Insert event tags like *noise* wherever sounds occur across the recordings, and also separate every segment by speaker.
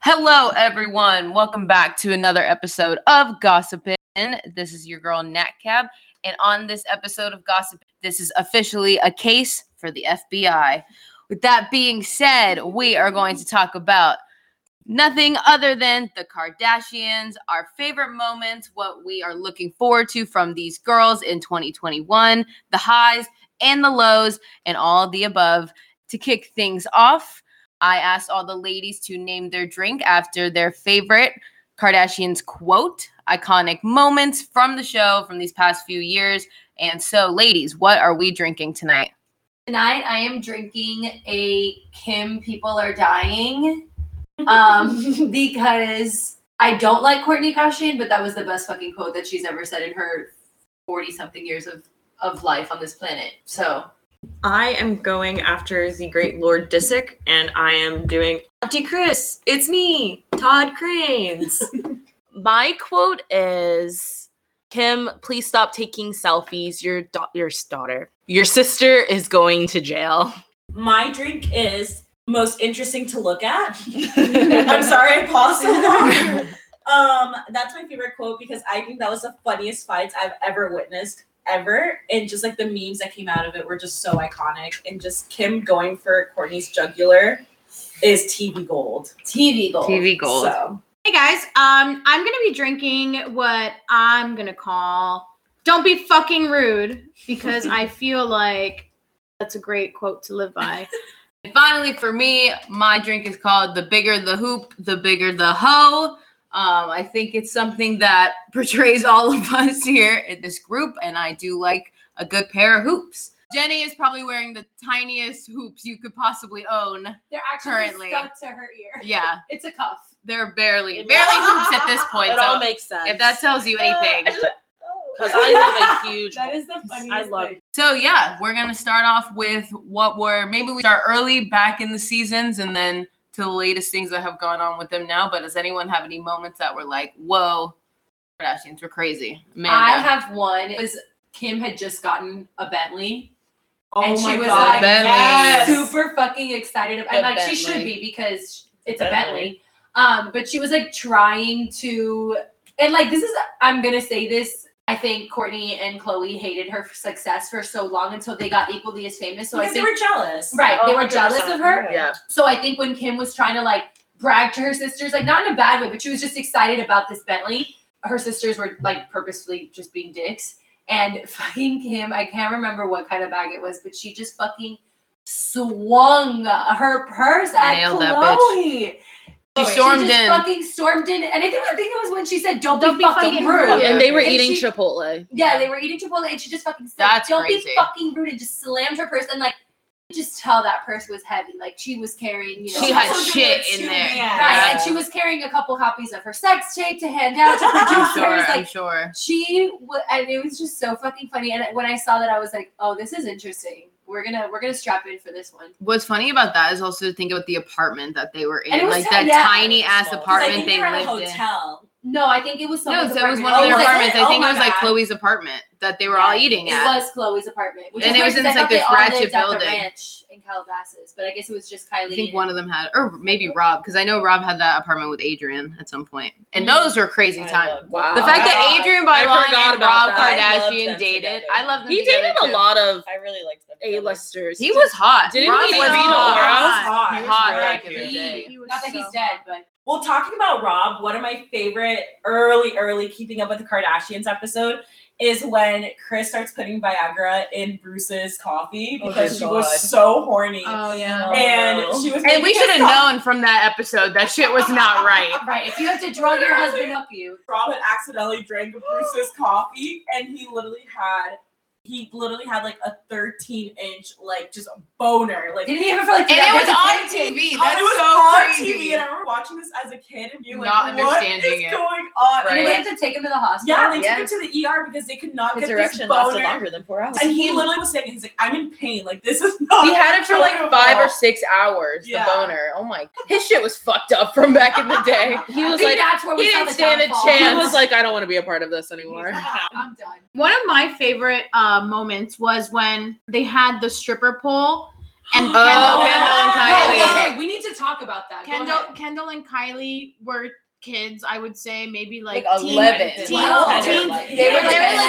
Speaker 1: Hello, everyone. Welcome back to another episode of Gossipin. This is your girl, Nat Cab. And on this episode of Gossip, this is officially a case for the FBI. With that being said, we are going to talk about nothing other than the Kardashians, our favorite moments, what we are looking forward to from these girls in 2021, the highs and the lows, and all the above. To kick things off, I asked all the ladies to name their drink after their favorite Kardashians quote, iconic moments from the show from these past few years. And so, ladies, what are we drinking tonight?
Speaker 2: Tonight I am drinking a Kim People Are Dying.
Speaker 1: *laughs*
Speaker 2: Um because I don't like Courtney Kardashian, but that was the best fucking quote that she's ever said in her 40 something years of of life on this planet. So
Speaker 3: I am going after the great Lord Disick, and I am doing Auntie Chris. It's me, Todd Cranes.
Speaker 4: My quote is Kim, please stop taking selfies. Your da- your daughter, your sister is going to *laughs* jail.
Speaker 5: My drink is most interesting to look at. I'm sorry I paused so long. Um, that's my favorite quote because I think that was the funniest fights I've ever witnessed ever. And just like the memes that came out of it were just so iconic. And just Kim going for Courtney's jugular is TV gold.
Speaker 2: TV gold.
Speaker 1: TV gold.
Speaker 5: So
Speaker 6: Hey guys, um, I'm gonna be drinking what I'm gonna call "Don't be fucking rude" because I feel like that's a great quote to live by.
Speaker 1: And finally, for me, my drink is called the bigger the hoop, the bigger the hoe. Um, I think it's something that *laughs* portrays all of us here in this group, and I do like a good pair of hoops. Jenny is probably wearing the tiniest hoops you could possibly own.
Speaker 2: They're
Speaker 1: actually Currently. stuck
Speaker 2: to her ear.
Speaker 1: Yeah,
Speaker 2: It's a cuff.
Speaker 1: they're barely
Speaker 4: *laughs*
Speaker 1: barely hoops at this point.
Speaker 4: It all
Speaker 1: so
Speaker 4: makes sense.
Speaker 1: if that tells you anything.
Speaker 4: *laughs* because I
Speaker 5: *laughs*
Speaker 4: have a huge.
Speaker 5: Oh. that is the funniest
Speaker 4: I love
Speaker 5: thing.
Speaker 1: So yeah, we're gonna start off with what were maybe we start early back in the seasons and then to the latest things that have gone on with them now. But does anyone have any moments that were like, whoa, Kardashians were crazy? Amanda.
Speaker 2: I have one. It was Kim had just gotten a Bentley.
Speaker 5: Oh
Speaker 2: and she
Speaker 5: my
Speaker 2: was
Speaker 5: God.
Speaker 2: like
Speaker 1: Bentley.
Speaker 5: Yes.
Speaker 2: super fucking excited. about-
Speaker 4: The
Speaker 2: And like she
Speaker 4: Bentley.
Speaker 2: should be because it's a
Speaker 4: Bentley.
Speaker 2: Bentley. Um, but she was like trying to and like this is I'm gonna say this. I think Courtney and Chloe hated her success for so long until they got equally as famous. So I
Speaker 5: Because
Speaker 2: think
Speaker 5: they were jealous.
Speaker 2: Right, they were jealous of her.
Speaker 4: Yeah.
Speaker 2: So I think when Kim was trying to like brag to her sisters, like not in a bad way, but she was just excited about this Bentley. Her sisters were like purposefully just being dicks. And *laughs* fucking Kim, I can't remember what kind of bag it was, but she just fucking swung her purse at
Speaker 1: Nailed that bitch.
Speaker 2: Chloe.
Speaker 1: She stormed
Speaker 2: just
Speaker 1: in.
Speaker 2: Fucking stormed in, and I think I think it was when she said, "Don't,
Speaker 6: Don't be
Speaker 2: be, fucking
Speaker 6: fucking
Speaker 2: rude."
Speaker 6: rude.
Speaker 4: And they were
Speaker 2: And
Speaker 4: eating
Speaker 2: she-
Speaker 4: Chipotle.
Speaker 2: Yeah, they were eating Chipotle, and she just fucking said,
Speaker 1: That's
Speaker 2: "Don't
Speaker 1: crazy.
Speaker 2: be fucking rude," and just slammed her purse. And like, you could just tell that purse was heavy. Like she was carrying, you know,
Speaker 1: She had
Speaker 5: Also
Speaker 1: shit
Speaker 5: doing
Speaker 1: in
Speaker 5: it
Speaker 1: there.
Speaker 5: too,
Speaker 2: Right,
Speaker 5: yeah.
Speaker 2: and she was carrying a couple copies of her sex tape to hand out to producers.
Speaker 1: Sure, I'm
Speaker 2: Like
Speaker 1: sure.
Speaker 2: she, w- and it was just so fucking funny. And when I saw that, I was like, "Oh, this is interesting. We're gonna we're gonna strap in for this one."
Speaker 1: What's funny about that is also to think about the apartment that they were in,
Speaker 2: And it was
Speaker 1: like
Speaker 2: so-
Speaker 1: that
Speaker 2: yeah.
Speaker 1: tiny ass
Speaker 4: Small.
Speaker 5: 'Cause I
Speaker 1: apartment
Speaker 5: think
Speaker 1: they
Speaker 5: were at a
Speaker 1: lived in.
Speaker 5: hotel.
Speaker 2: No, I think it was
Speaker 1: No,
Speaker 2: someone's
Speaker 1: so it was one of
Speaker 2: apartment.
Speaker 1: their
Speaker 5: Oh, was it?
Speaker 1: apartments. I
Speaker 5: Oh
Speaker 1: think it
Speaker 5: my
Speaker 1: was like
Speaker 5: God.
Speaker 1: Chloe's apartment that they were all
Speaker 5: Yeah.
Speaker 1: eating
Speaker 2: It
Speaker 1: at.
Speaker 2: was Chloe's apartment, which
Speaker 1: And
Speaker 2: is
Speaker 1: it was
Speaker 2: weird
Speaker 1: in,
Speaker 2: 'cause I
Speaker 1: like,
Speaker 2: thought
Speaker 1: this
Speaker 2: they all
Speaker 1: ratchet
Speaker 2: lived at
Speaker 1: building.
Speaker 2: the ranch in Calabasas, but I guess it was just Kylie.
Speaker 1: I think
Speaker 2: and-
Speaker 1: one of them had, or maybe Rob, because I know Rob had that apartment with Adrian at some point, and those were crazy
Speaker 4: I
Speaker 1: times.
Speaker 4: love-
Speaker 5: Wow.
Speaker 1: The fact that
Speaker 4: God.
Speaker 1: Adrian
Speaker 4: I
Speaker 1: Barlon
Speaker 4: forgot
Speaker 1: and
Speaker 4: about
Speaker 1: Rob
Speaker 4: that.
Speaker 5: I loved
Speaker 1: Kardashian
Speaker 5: them
Speaker 1: dated,
Speaker 5: together.
Speaker 1: I love them.
Speaker 4: He
Speaker 1: together,
Speaker 4: dated a
Speaker 1: too.
Speaker 4: lot of
Speaker 5: I really liked them. together.
Speaker 4: A-listers.
Speaker 1: He was hot.
Speaker 4: Didn't
Speaker 1: Rob
Speaker 4: he
Speaker 1: was
Speaker 4: date Rob?
Speaker 1: hot. He
Speaker 5: hot.
Speaker 1: was hot
Speaker 4: very
Speaker 1: back in the
Speaker 4: cute.
Speaker 1: day.
Speaker 2: Not that he's dead, but
Speaker 5: Well, talking about Rob, one of my favorite early, early Keeping Up with the Kardashians episode is when Chris starts putting Viagra in Bruce's coffee
Speaker 4: Oh,
Speaker 5: because
Speaker 4: good
Speaker 5: she
Speaker 4: God.
Speaker 5: was so horny.
Speaker 6: Oh yeah.
Speaker 5: and
Speaker 4: no.
Speaker 5: she was
Speaker 1: And we
Speaker 5: making
Speaker 1: should have
Speaker 5: us-
Speaker 1: known from that episode that shit was not right.
Speaker 2: right. If you have to drug your husband up, *laughs* you
Speaker 5: Rob had accidentally drank Bruce's coffee and he literally had he literally had like a 13 inch like just a boner like
Speaker 2: didn't he ever feel like
Speaker 1: And it was
Speaker 2: Yeah,
Speaker 1: on
Speaker 2: it's a-
Speaker 1: TV.
Speaker 5: Oh,
Speaker 1: That's
Speaker 5: it was
Speaker 1: so
Speaker 5: on
Speaker 1: crazy.
Speaker 5: TV, and I remember watching this as a kid and being like,
Speaker 1: Not
Speaker 5: "What
Speaker 1: understanding
Speaker 5: is
Speaker 1: it."
Speaker 5: going on?"
Speaker 1: Right.
Speaker 2: Did
Speaker 5: And
Speaker 2: they
Speaker 5: like,
Speaker 2: have to take him to the hospital?
Speaker 5: yeah, they
Speaker 1: Yes.
Speaker 5: took him to the ER because they could not
Speaker 4: His
Speaker 5: get this
Speaker 4: erection lasted
Speaker 5: boner.
Speaker 4: longer than four hours.
Speaker 5: And he literally was saying, "He's like, I'm in pain. Like this is not."
Speaker 4: He had it for like five or
Speaker 7: *laughs*
Speaker 5: enjoyable."
Speaker 4: six hours.
Speaker 5: Yeah.
Speaker 4: The boner. Oh my! His shit was fucked up from back in the day. *laughs* He
Speaker 2: I
Speaker 4: was
Speaker 2: think
Speaker 4: like,
Speaker 2: that's where
Speaker 4: he
Speaker 2: we saw
Speaker 4: didn't
Speaker 2: the
Speaker 4: stand a
Speaker 2: downfall.
Speaker 4: chance. He was like, I don't want to be a part of this anymore.
Speaker 2: I'm
Speaker 1: *laughs*
Speaker 2: done.
Speaker 6: One of my favorite uh, moments was when they had the stripper pole and
Speaker 1: Oh,
Speaker 5: *gasps*
Speaker 6: Kendall-
Speaker 5: Oh.
Speaker 1: Kendall and
Speaker 2: No,
Speaker 1: Kylie.
Speaker 2: okay, we need to talk talk about that. Go
Speaker 6: Kendall,
Speaker 2: ahead.
Speaker 6: Kendall, and Kylie were kids. I would say maybe like,
Speaker 1: Like
Speaker 6: teen,
Speaker 1: 11.
Speaker 6: teen-
Speaker 2: Wow.
Speaker 6: teen- they
Speaker 2: They
Speaker 6: were
Speaker 5: like-
Speaker 6: they were like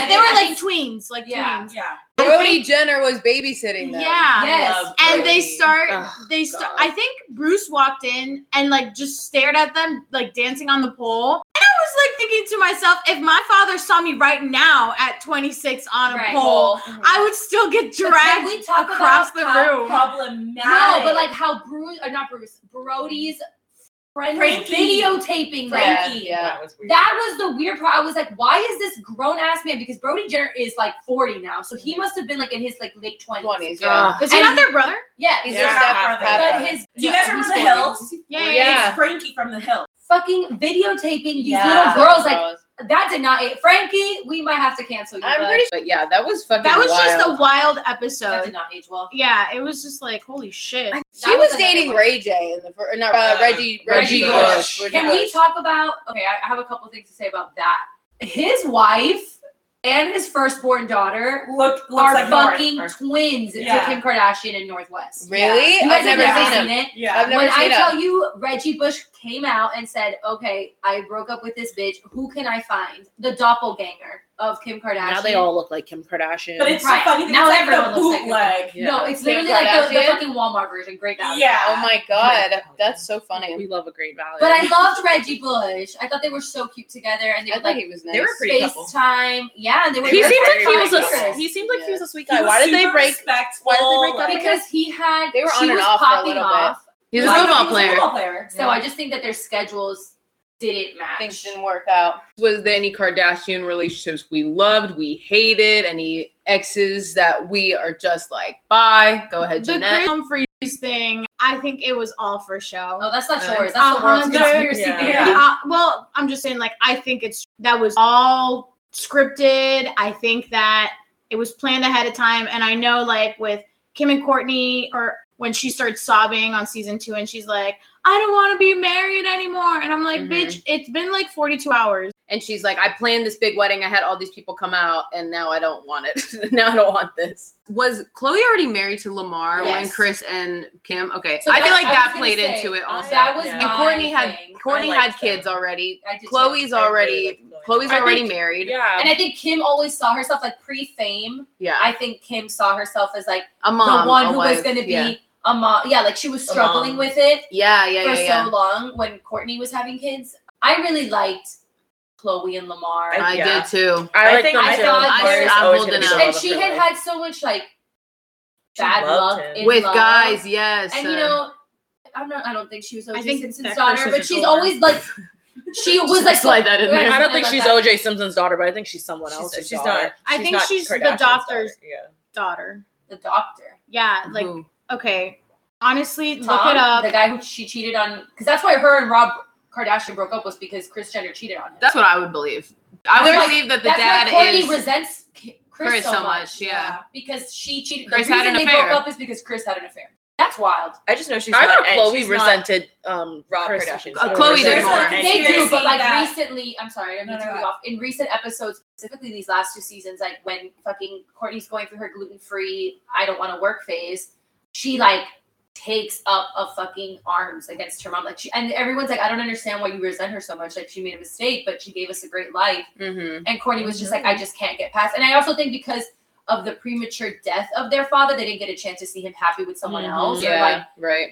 Speaker 6: they were like
Speaker 2: Yes.
Speaker 6: tweens, like
Speaker 2: Yeah.
Speaker 6: tweens.
Speaker 5: Yeah.
Speaker 1: Brody Jenner was babysitting them.
Speaker 6: Yeah.
Speaker 2: Yes.
Speaker 4: Love
Speaker 6: And they
Speaker 4: Brody.
Speaker 6: start.
Speaker 4: Ugh,
Speaker 6: they start.
Speaker 4: God.
Speaker 6: I think Bruce walked in and like just stared at them, like dancing on the pole. And I was like thinking to myself, if my father saw me right now at 26 on a
Speaker 2: Right.
Speaker 6: pole, I would still get
Speaker 2: But
Speaker 6: dragged
Speaker 2: can we talk
Speaker 6: across
Speaker 2: about
Speaker 6: the
Speaker 2: how
Speaker 6: room.
Speaker 5: Problematic.
Speaker 2: No, but like how Bruce, or not Bruce, Brody's friend was
Speaker 5: Frankie.
Speaker 1: Yeah,
Speaker 2: videotaping Frankie.
Speaker 1: yeah.
Speaker 3: That was weird.
Speaker 2: That was the weird part. I was like, why is this grown ass man? Because Brody Jenner is like 40 now, so he must have been like in his like late 20s.
Speaker 1: 20s, yeah.
Speaker 6: Is he
Speaker 2: And-
Speaker 6: not their brother?
Speaker 2: Yeah,
Speaker 1: He's
Speaker 3: Yeah.
Speaker 1: their step
Speaker 2: but his
Speaker 5: Do you guys remember
Speaker 2: he's
Speaker 5: the
Speaker 2: 40.
Speaker 5: hills?
Speaker 6: Yeah.
Speaker 1: Yeah.
Speaker 5: It's Frankie from the hills.
Speaker 2: Fucking videotaping these
Speaker 5: Yeah.
Speaker 2: little girls like that did not. It. Frankie, we might have to cancel you.
Speaker 1: I'm
Speaker 2: but
Speaker 1: pretty sure. But yeah, that was fucking
Speaker 6: That was
Speaker 1: wild.
Speaker 6: just a wild
Speaker 2: that did
Speaker 6: episode.
Speaker 2: not age well.
Speaker 6: Yeah, it was just like holy shit.
Speaker 1: She
Speaker 2: That
Speaker 1: was,
Speaker 2: was another
Speaker 1: dating
Speaker 2: one.
Speaker 1: Ray J in the fir- no, uh,
Speaker 3: Uh,
Speaker 1: Reggie Reggie
Speaker 3: Reggie Bush.
Speaker 1: Bush.
Speaker 2: Can we talk about? Okay, I I have a couple things to say about that. His wife and his firstborn daughter
Speaker 5: Look, looks
Speaker 2: are
Speaker 5: like North.
Speaker 2: fucking twins
Speaker 5: Yeah.
Speaker 2: to Kim Kardashian and Northwest.
Speaker 1: Really?
Speaker 2: You
Speaker 1: I've
Speaker 2: guys have
Speaker 1: never
Speaker 2: never
Speaker 1: seen him.
Speaker 2: seen it.
Speaker 1: I've
Speaker 5: Yeah.
Speaker 1: never
Speaker 2: when I
Speaker 1: seen him.
Speaker 2: tell you Reggie Bush came out and said, "Okay, I broke up with this bitch. Who can I find? The doppelganger of Kim Kardashian."
Speaker 4: Now they all look like Kim Kardashian.
Speaker 5: But it's
Speaker 2: Right.
Speaker 5: so funny. Now
Speaker 2: Now
Speaker 5: it's like
Speaker 2: everyone
Speaker 5: the
Speaker 2: looks like
Speaker 5: bootleg.
Speaker 1: Yeah.
Speaker 2: No, it's
Speaker 1: Kim
Speaker 2: literally like the, the
Speaker 1: Kardashian?
Speaker 2: fucking Walmart version. Great value.
Speaker 5: Yeah.
Speaker 1: Oh my god, that's so funny.
Speaker 4: we love a great value.
Speaker 2: But I loved Reggie Bush. I thought they were so cute together, and they
Speaker 1: I
Speaker 2: would
Speaker 1: thought
Speaker 2: like
Speaker 1: he was nice.
Speaker 4: they were pretty couple.
Speaker 2: FaceTime. Yeah, and they were.
Speaker 4: he
Speaker 2: they were
Speaker 4: seemed like
Speaker 2: very
Speaker 4: he was a
Speaker 2: nice.
Speaker 4: he seemed like he was a sweet
Speaker 5: He
Speaker 4: guy.
Speaker 5: was
Speaker 4: Why did they
Speaker 5: super
Speaker 4: break?
Speaker 5: Respectful.
Speaker 4: why did they break up?
Speaker 5: like-
Speaker 2: because he had
Speaker 1: They were
Speaker 2: she
Speaker 1: on and
Speaker 2: was
Speaker 1: off for a
Speaker 2: popping
Speaker 1: little
Speaker 2: off,
Speaker 4: He was a
Speaker 5: Why did
Speaker 4: football
Speaker 5: he
Speaker 4: player.
Speaker 5: football player.
Speaker 2: So I just think that their schedules didn't match.
Speaker 1: Things didn't work out.
Speaker 4: Was there any Kardashian relationships we loved, we hated, any exes that we are just like, bye, go ahead,
Speaker 6: The Chris Humphries thing, I think it was all for show.
Speaker 2: Oh, that's not
Speaker 1: Uh-huh.
Speaker 4: Uh,
Speaker 2: yours. That's the world's
Speaker 6: 100
Speaker 2: conspiracy
Speaker 3: yeah.
Speaker 2: theory.
Speaker 5: Yeah.
Speaker 6: Uh, well, I'm just saying, like, I think it's that was all scripted. I think that it was planned ahead of time. And I know, like, with Kim and Courtney, or when she starts sobbing on season two and she's like, I don't want to be married anymore. And I'm like,
Speaker 4: Mhm.
Speaker 6: bitch, it's been like 42 hours.
Speaker 4: And she's like, I planned this big wedding. I had all these people come out, and now I don't want it. *laughs* now I don't want this. Was Chloe already married to Lamar when
Speaker 2: Yes.
Speaker 4: Chris and Kim? Okay,
Speaker 2: So
Speaker 4: I feel
Speaker 2: that-
Speaker 4: like
Speaker 2: I was
Speaker 4: that
Speaker 2: gonna
Speaker 4: played
Speaker 2: say,
Speaker 4: into it also.
Speaker 2: That was
Speaker 5: Yeah.
Speaker 4: and
Speaker 2: my
Speaker 4: Courtney had
Speaker 2: thing.
Speaker 4: Courtney
Speaker 3: I
Speaker 4: had
Speaker 3: liked
Speaker 4: kids
Speaker 3: that.
Speaker 4: already.
Speaker 2: I did
Speaker 4: Chloe's
Speaker 2: too.
Speaker 4: already Chloe's
Speaker 3: I
Speaker 4: already
Speaker 3: think-
Speaker 4: married.
Speaker 3: Yeah.
Speaker 2: And I think Kim always saw herself like pre-fame.
Speaker 4: Yeah,
Speaker 2: I think Kim saw herself as like
Speaker 4: a mom,
Speaker 2: the one
Speaker 4: a
Speaker 2: who was
Speaker 4: wife,
Speaker 2: going to be
Speaker 4: Yeah,
Speaker 2: a mom. Yeah, like she was
Speaker 3: A
Speaker 2: struggling
Speaker 3: mom.
Speaker 2: with it
Speaker 4: yeah, yeah, yeah.
Speaker 2: for
Speaker 4: yeah.
Speaker 2: so long when Courtney was having kids. I really liked Chloe and Lamar.
Speaker 3: I-
Speaker 4: I
Speaker 3: Yeah.
Speaker 4: did too.
Speaker 3: I,
Speaker 5: I
Speaker 3: like
Speaker 5: think
Speaker 3: them
Speaker 2: I
Speaker 3: too.
Speaker 2: thought I-
Speaker 3: Lamar's
Speaker 2: I'm
Speaker 3: always
Speaker 4: holding
Speaker 3: gonna be
Speaker 4: out.
Speaker 3: the
Speaker 2: and
Speaker 3: love of
Speaker 2: she
Speaker 3: her
Speaker 2: had
Speaker 3: life.
Speaker 2: had so much like
Speaker 5: She
Speaker 2: bad
Speaker 5: loved
Speaker 2: luck
Speaker 5: him.
Speaker 2: in
Speaker 4: With
Speaker 2: love.
Speaker 4: guys, yes.
Speaker 2: and you
Speaker 4: uh,
Speaker 2: know, I'm not. I don't think she was
Speaker 6: I
Speaker 2: OJ
Speaker 6: think
Speaker 2: Simpson's
Speaker 6: that
Speaker 2: daughter,
Speaker 6: curses
Speaker 2: but
Speaker 6: is
Speaker 2: she's
Speaker 6: over.
Speaker 2: always like
Speaker 4: *laughs*
Speaker 2: she was like
Speaker 4: slide that in
Speaker 2: Right.
Speaker 4: there.
Speaker 2: I
Speaker 3: I
Speaker 2: don't
Speaker 3: don't
Speaker 2: know
Speaker 3: think she's
Speaker 2: about
Speaker 3: OJ Simpson's daughter, but I think she's someone else's
Speaker 5: She's-
Speaker 3: daughter.
Speaker 5: she's not-
Speaker 6: I think
Speaker 3: not
Speaker 6: she's the
Speaker 3: Kardashian's
Speaker 6: doctor's-
Speaker 3: daughter, Yeah.
Speaker 6: Daughter.
Speaker 2: the doctor.
Speaker 6: Yeah. Like,
Speaker 4: Who?
Speaker 6: okay. Honestly, look
Speaker 2: Tom,
Speaker 6: it up.
Speaker 2: The guy who she cheated on, because that's why her and Rob Kardashian broke up was because Chris Jenner cheated on him.
Speaker 4: that's what I would believe. I
Speaker 2: There's-
Speaker 4: would believe that the
Speaker 2: that's
Speaker 4: dad
Speaker 2: why Courtney
Speaker 4: is.
Speaker 2: resents K- Chris,
Speaker 4: Chris
Speaker 2: so
Speaker 4: so
Speaker 2: much.
Speaker 4: much, yeah.
Speaker 2: because she cheated.
Speaker 4: Chris
Speaker 2: the
Speaker 4: had
Speaker 2: reason
Speaker 4: an
Speaker 2: they
Speaker 4: affair.
Speaker 2: broke up is because Chris had an affair. That's wild.
Speaker 3: I just know she's
Speaker 4: I
Speaker 3: not.
Speaker 4: thought
Speaker 3: and
Speaker 4: Khloe
Speaker 3: she's not
Speaker 4: resented um,
Speaker 3: Rob
Speaker 4: Chris-
Speaker 3: Kardashian's
Speaker 4: uh,
Speaker 3: daughter.
Speaker 4: Khloe did
Speaker 3: There's
Speaker 4: more.
Speaker 3: a-
Speaker 2: They do, but like
Speaker 5: That-
Speaker 2: recently, I'm sorry, I'm
Speaker 5: No,
Speaker 2: going to
Speaker 5: no,
Speaker 2: cut you
Speaker 5: no.
Speaker 2: off. In recent episodes, specifically these last two seasons, like when fucking Courtney's going through her gluten free, I don't want to work phase, she like takes up a fucking arms against her mom. Like she and everyone's like, I don't understand why you resent her so much. Like she made a mistake, but she gave us a great life.
Speaker 4: Mhm.
Speaker 2: And Courtney was just like, I just can't get past. And I also think because of the premature death of their father, they didn't get a chance to see him happy with someone
Speaker 3: Mhm.
Speaker 7: Mm-hmm.
Speaker 2: else or
Speaker 4: Mm-hmm. Yeah,
Speaker 2: like
Speaker 4: right.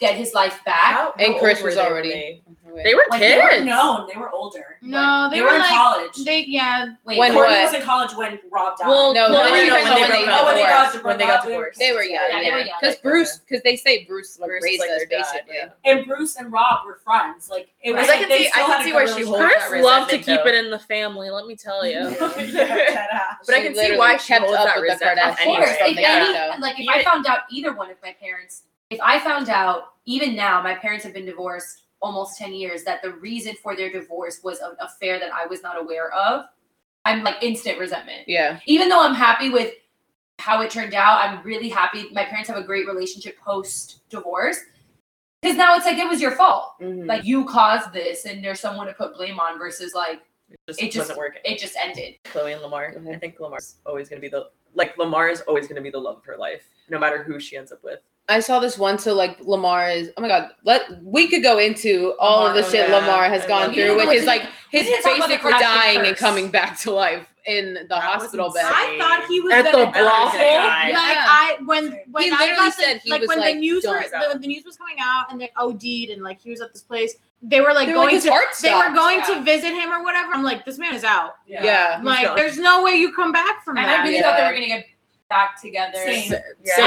Speaker 2: get his life back.
Speaker 5: How-
Speaker 4: And
Speaker 3: How
Speaker 4: Chris
Speaker 3: old were
Speaker 4: was
Speaker 3: they when
Speaker 4: already-
Speaker 3: they-
Speaker 4: They were
Speaker 2: Like,
Speaker 5: They
Speaker 4: kids.
Speaker 5: were known. They were older.
Speaker 6: no, they,
Speaker 5: They
Speaker 6: were,
Speaker 5: were in
Speaker 6: like,
Speaker 5: college.
Speaker 6: they, yeah.
Speaker 2: Wait,
Speaker 4: When
Speaker 5: Courtney
Speaker 4: what?
Speaker 5: was in college when Rob died.
Speaker 4: Well,
Speaker 1: No,
Speaker 4: no,
Speaker 1: no,
Speaker 4: they
Speaker 1: no,
Speaker 4: were
Speaker 1: no, when they
Speaker 4: young.
Speaker 1: broke up.
Speaker 5: Oh, when they got
Speaker 3: When they got divorced.
Speaker 5: divorced.
Speaker 4: They were young.
Speaker 2: Yeah, they were young.
Speaker 4: Because
Speaker 3: Like,
Speaker 4: Bruce, because they say Bruce like
Speaker 3: Bruce
Speaker 4: raised
Speaker 3: was, like,
Speaker 4: us
Speaker 3: their dad,
Speaker 4: basically.
Speaker 3: yeah.
Speaker 5: and Bruce and Rob were friends. Like it was.
Speaker 2: Right.
Speaker 5: like,
Speaker 2: I can
Speaker 5: they
Speaker 2: see- I
Speaker 5: still
Speaker 2: can
Speaker 5: had a
Speaker 2: see
Speaker 5: good
Speaker 2: where she
Speaker 5: relationship.
Speaker 2: holds
Speaker 3: Chris that loved to keep it
Speaker 7: in the family, let me tell
Speaker 3: *laughs*
Speaker 5: *laughs*
Speaker 7: you.
Speaker 5: yeah, deadass.
Speaker 7: But I
Speaker 4: She
Speaker 7: can see
Speaker 4: literally
Speaker 7: why she
Speaker 4: kept
Speaker 7: holds
Speaker 4: up
Speaker 7: that
Speaker 4: with the
Speaker 7: resentment
Speaker 2: Of course,
Speaker 4: Kardashians
Speaker 7: anyway.
Speaker 4: from
Speaker 2: if
Speaker 4: the
Speaker 2: any,
Speaker 4: get go.
Speaker 2: like if I
Speaker 7: Even-
Speaker 2: found out either one of my parents, if I found out even now, my parents have been divorced almost ten years, that the reason for their divorce was an affair that I was not aware of, I'm like instant resentment.
Speaker 4: Yeah,
Speaker 2: Even though I'm happy with how it turned out, I'm really happy. My parents have a great relationship post divorce. Because now it's like it was your fault.
Speaker 1: Mm-hmm.
Speaker 4: Mhm.
Speaker 2: Like you caused this, and there's someone to put blame on. Versus like
Speaker 3: Just
Speaker 2: It just-
Speaker 3: wasn't working.
Speaker 2: it just ended.
Speaker 3: Chloe and Lamar.
Speaker 4: Mhm.
Speaker 3: I think Lamar's always gonna be the like Lamar is always gonna be the love of her life, no matter who she ends up with.
Speaker 1: I saw this one. So like Lamar is. Oh my god. Let we could go into all of the
Speaker 4: Lamar,
Speaker 1: shit
Speaker 4: yeah.
Speaker 1: Lamar has
Speaker 4: I
Speaker 1: gone
Speaker 4: love
Speaker 1: through
Speaker 2: it.
Speaker 1: with his like
Speaker 2: We
Speaker 1: his
Speaker 2: need to talk about the
Speaker 1: basically
Speaker 2: Kardashian
Speaker 1: dying and
Speaker 2: curse.
Speaker 1: coming back to life in the hospital bed.
Speaker 6: I thought he was
Speaker 4: At
Speaker 6: gonna
Speaker 4: the
Speaker 6: die.
Speaker 4: brothel?
Speaker 6: Like
Speaker 1: Yeah.
Speaker 6: I when when I
Speaker 1: literally
Speaker 6: got the,
Speaker 1: said he
Speaker 6: like
Speaker 1: was
Speaker 6: when
Speaker 1: like,
Speaker 6: the news
Speaker 1: "Don't
Speaker 6: was
Speaker 1: go."
Speaker 6: the, the news was coming out and they OD'd and like he was at this place. They were like
Speaker 1: They were like,
Speaker 6: going
Speaker 1: his
Speaker 6: to
Speaker 1: heart
Speaker 6: they
Speaker 1: stopped.
Speaker 6: were going
Speaker 2: Yeah.
Speaker 6: to visit him or whatever. I'm like, this man is out.
Speaker 1: Yeah.
Speaker 6: like,
Speaker 3: done.
Speaker 6: there's no way you come back from
Speaker 2: And
Speaker 6: that.
Speaker 2: I really
Speaker 1: Yeah.
Speaker 2: thought they were going to get back together.
Speaker 5: Same.
Speaker 3: Yeah.
Speaker 2: I think they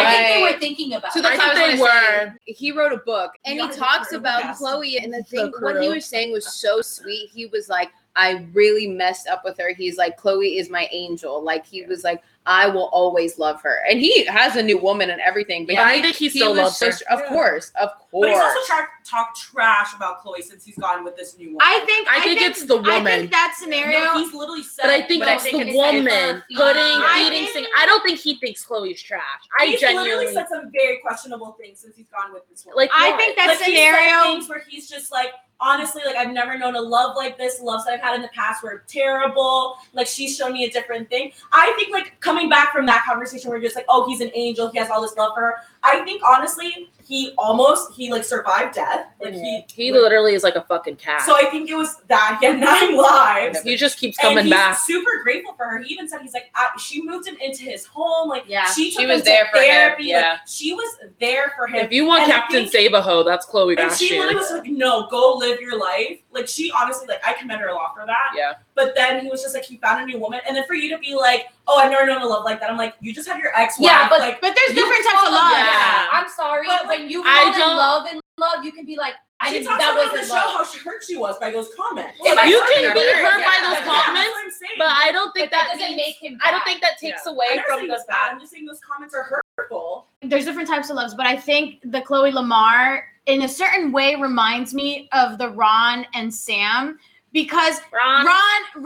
Speaker 1: Right.
Speaker 2: were thinking about
Speaker 1: So
Speaker 2: it.
Speaker 1: that's
Speaker 4: I
Speaker 1: how
Speaker 4: think
Speaker 1: I was
Speaker 4: they
Speaker 1: gonna say, He wrote a book and
Speaker 5: You
Speaker 1: he
Speaker 5: are the
Speaker 1: talks
Speaker 5: crew
Speaker 1: about
Speaker 5: master.
Speaker 1: Chloe. And the
Speaker 4: The
Speaker 1: thing, what he
Speaker 4: crew.
Speaker 1: was saying was so sweet. He was like, I really messed up with her. He's like, Chloe is my angel. Like, he was like, I will always love her. And he has a new woman and everything. But
Speaker 4: Yeah, I
Speaker 1: he-
Speaker 4: think he
Speaker 1: he
Speaker 4: still
Speaker 1: was
Speaker 4: loves
Speaker 1: so
Speaker 4: her.
Speaker 1: str- Of
Speaker 5: Yeah.
Speaker 1: course. Of
Speaker 5: But he's also
Speaker 1: course.
Speaker 5: tra- talk trash about Chloe since he's gone with this new one.
Speaker 6: I think
Speaker 4: I think it's the
Speaker 6: I
Speaker 4: woman.
Speaker 6: think that scenario
Speaker 5: No, he's literally said.
Speaker 4: But I think
Speaker 5: but
Speaker 4: that's
Speaker 5: I think
Speaker 4: the
Speaker 5: it's
Speaker 4: woman
Speaker 5: her feet.
Speaker 4: putting
Speaker 6: I
Speaker 4: eating thing.
Speaker 6: think-
Speaker 4: I don't think he thinks Chloe's trash. I
Speaker 5: he's literally
Speaker 4: genuinely
Speaker 5: said some very questionable things since he's gone with this one.
Speaker 4: like.
Speaker 6: I
Speaker 4: what?
Speaker 6: think that
Speaker 5: like, he's said
Speaker 6: scenario
Speaker 5: things where he's just like, honestly, like I've never known a love like this. Loves that I've had in the past were terrible. Like she's shown me a different thing. I think like coming back from that conversation where you're just like, oh, he's an angel. He has all this love for her. I think honestly, he almost he like survived death. Like he
Speaker 4: he literally is like a fucking cat.
Speaker 5: So I think it was that *laughs* he had nine lives.
Speaker 4: he just keeps
Speaker 5: And
Speaker 4: coming
Speaker 5: he's
Speaker 4: back.
Speaker 5: super grateful for her. He even said he's like, I, she moved him into his home. Like,
Speaker 1: Yeah,
Speaker 5: she took
Speaker 1: she was
Speaker 5: him
Speaker 1: there
Speaker 5: to
Speaker 1: for him,
Speaker 5: therapy. Like,
Speaker 4: yeah.
Speaker 5: she was there for him.
Speaker 4: If you want
Speaker 5: And I
Speaker 4: Captain
Speaker 5: think-
Speaker 4: Sabaho, that's Chloe
Speaker 5: And she literally
Speaker 4: Bastion.
Speaker 5: was like, no, go live your life. Like she honestly, like I commend her a lot for that.
Speaker 4: Yeah.
Speaker 5: But then he was just like, he found a new woman, and then for you to be like, oh, I've never known a love like that. I'm like, you just had your ex.
Speaker 2: Yeah, but-
Speaker 5: like,
Speaker 6: but there's
Speaker 5: You
Speaker 6: different types of love.
Speaker 4: Yeah.
Speaker 2: I'm sorry.
Speaker 5: But,
Speaker 2: when you
Speaker 4: I
Speaker 2: fall in
Speaker 4: don't-
Speaker 2: love and love, you can be like, I
Speaker 5: she
Speaker 2: didn't.
Speaker 5: talks
Speaker 2: That
Speaker 5: about on the
Speaker 2: wasn't
Speaker 5: show
Speaker 2: love.
Speaker 5: how she- hurt she was by those comments.
Speaker 2: If I
Speaker 4: You
Speaker 2: hurt
Speaker 4: can be
Speaker 2: her,
Speaker 4: hurt by those
Speaker 2: yeah, yeah,
Speaker 4: comments,
Speaker 5: yeah, that's what I'm saying.
Speaker 4: but I don't think
Speaker 2: But that
Speaker 4: that.
Speaker 2: doesn't
Speaker 4: means-
Speaker 2: make him.
Speaker 4: I don't think that
Speaker 5: Yeah.
Speaker 4: takes away
Speaker 5: I'm not
Speaker 4: from
Speaker 5: saying
Speaker 4: the
Speaker 5: it's bad.
Speaker 4: fact.
Speaker 5: I'm just saying those comments are hurtful.
Speaker 6: there's different types of loves, but I think the Chloe Lamar in a certain way reminds me of the Ron and Sam because
Speaker 4: *laughs*
Speaker 6: Ron
Speaker 4: Ron,
Speaker 6: Ron, is-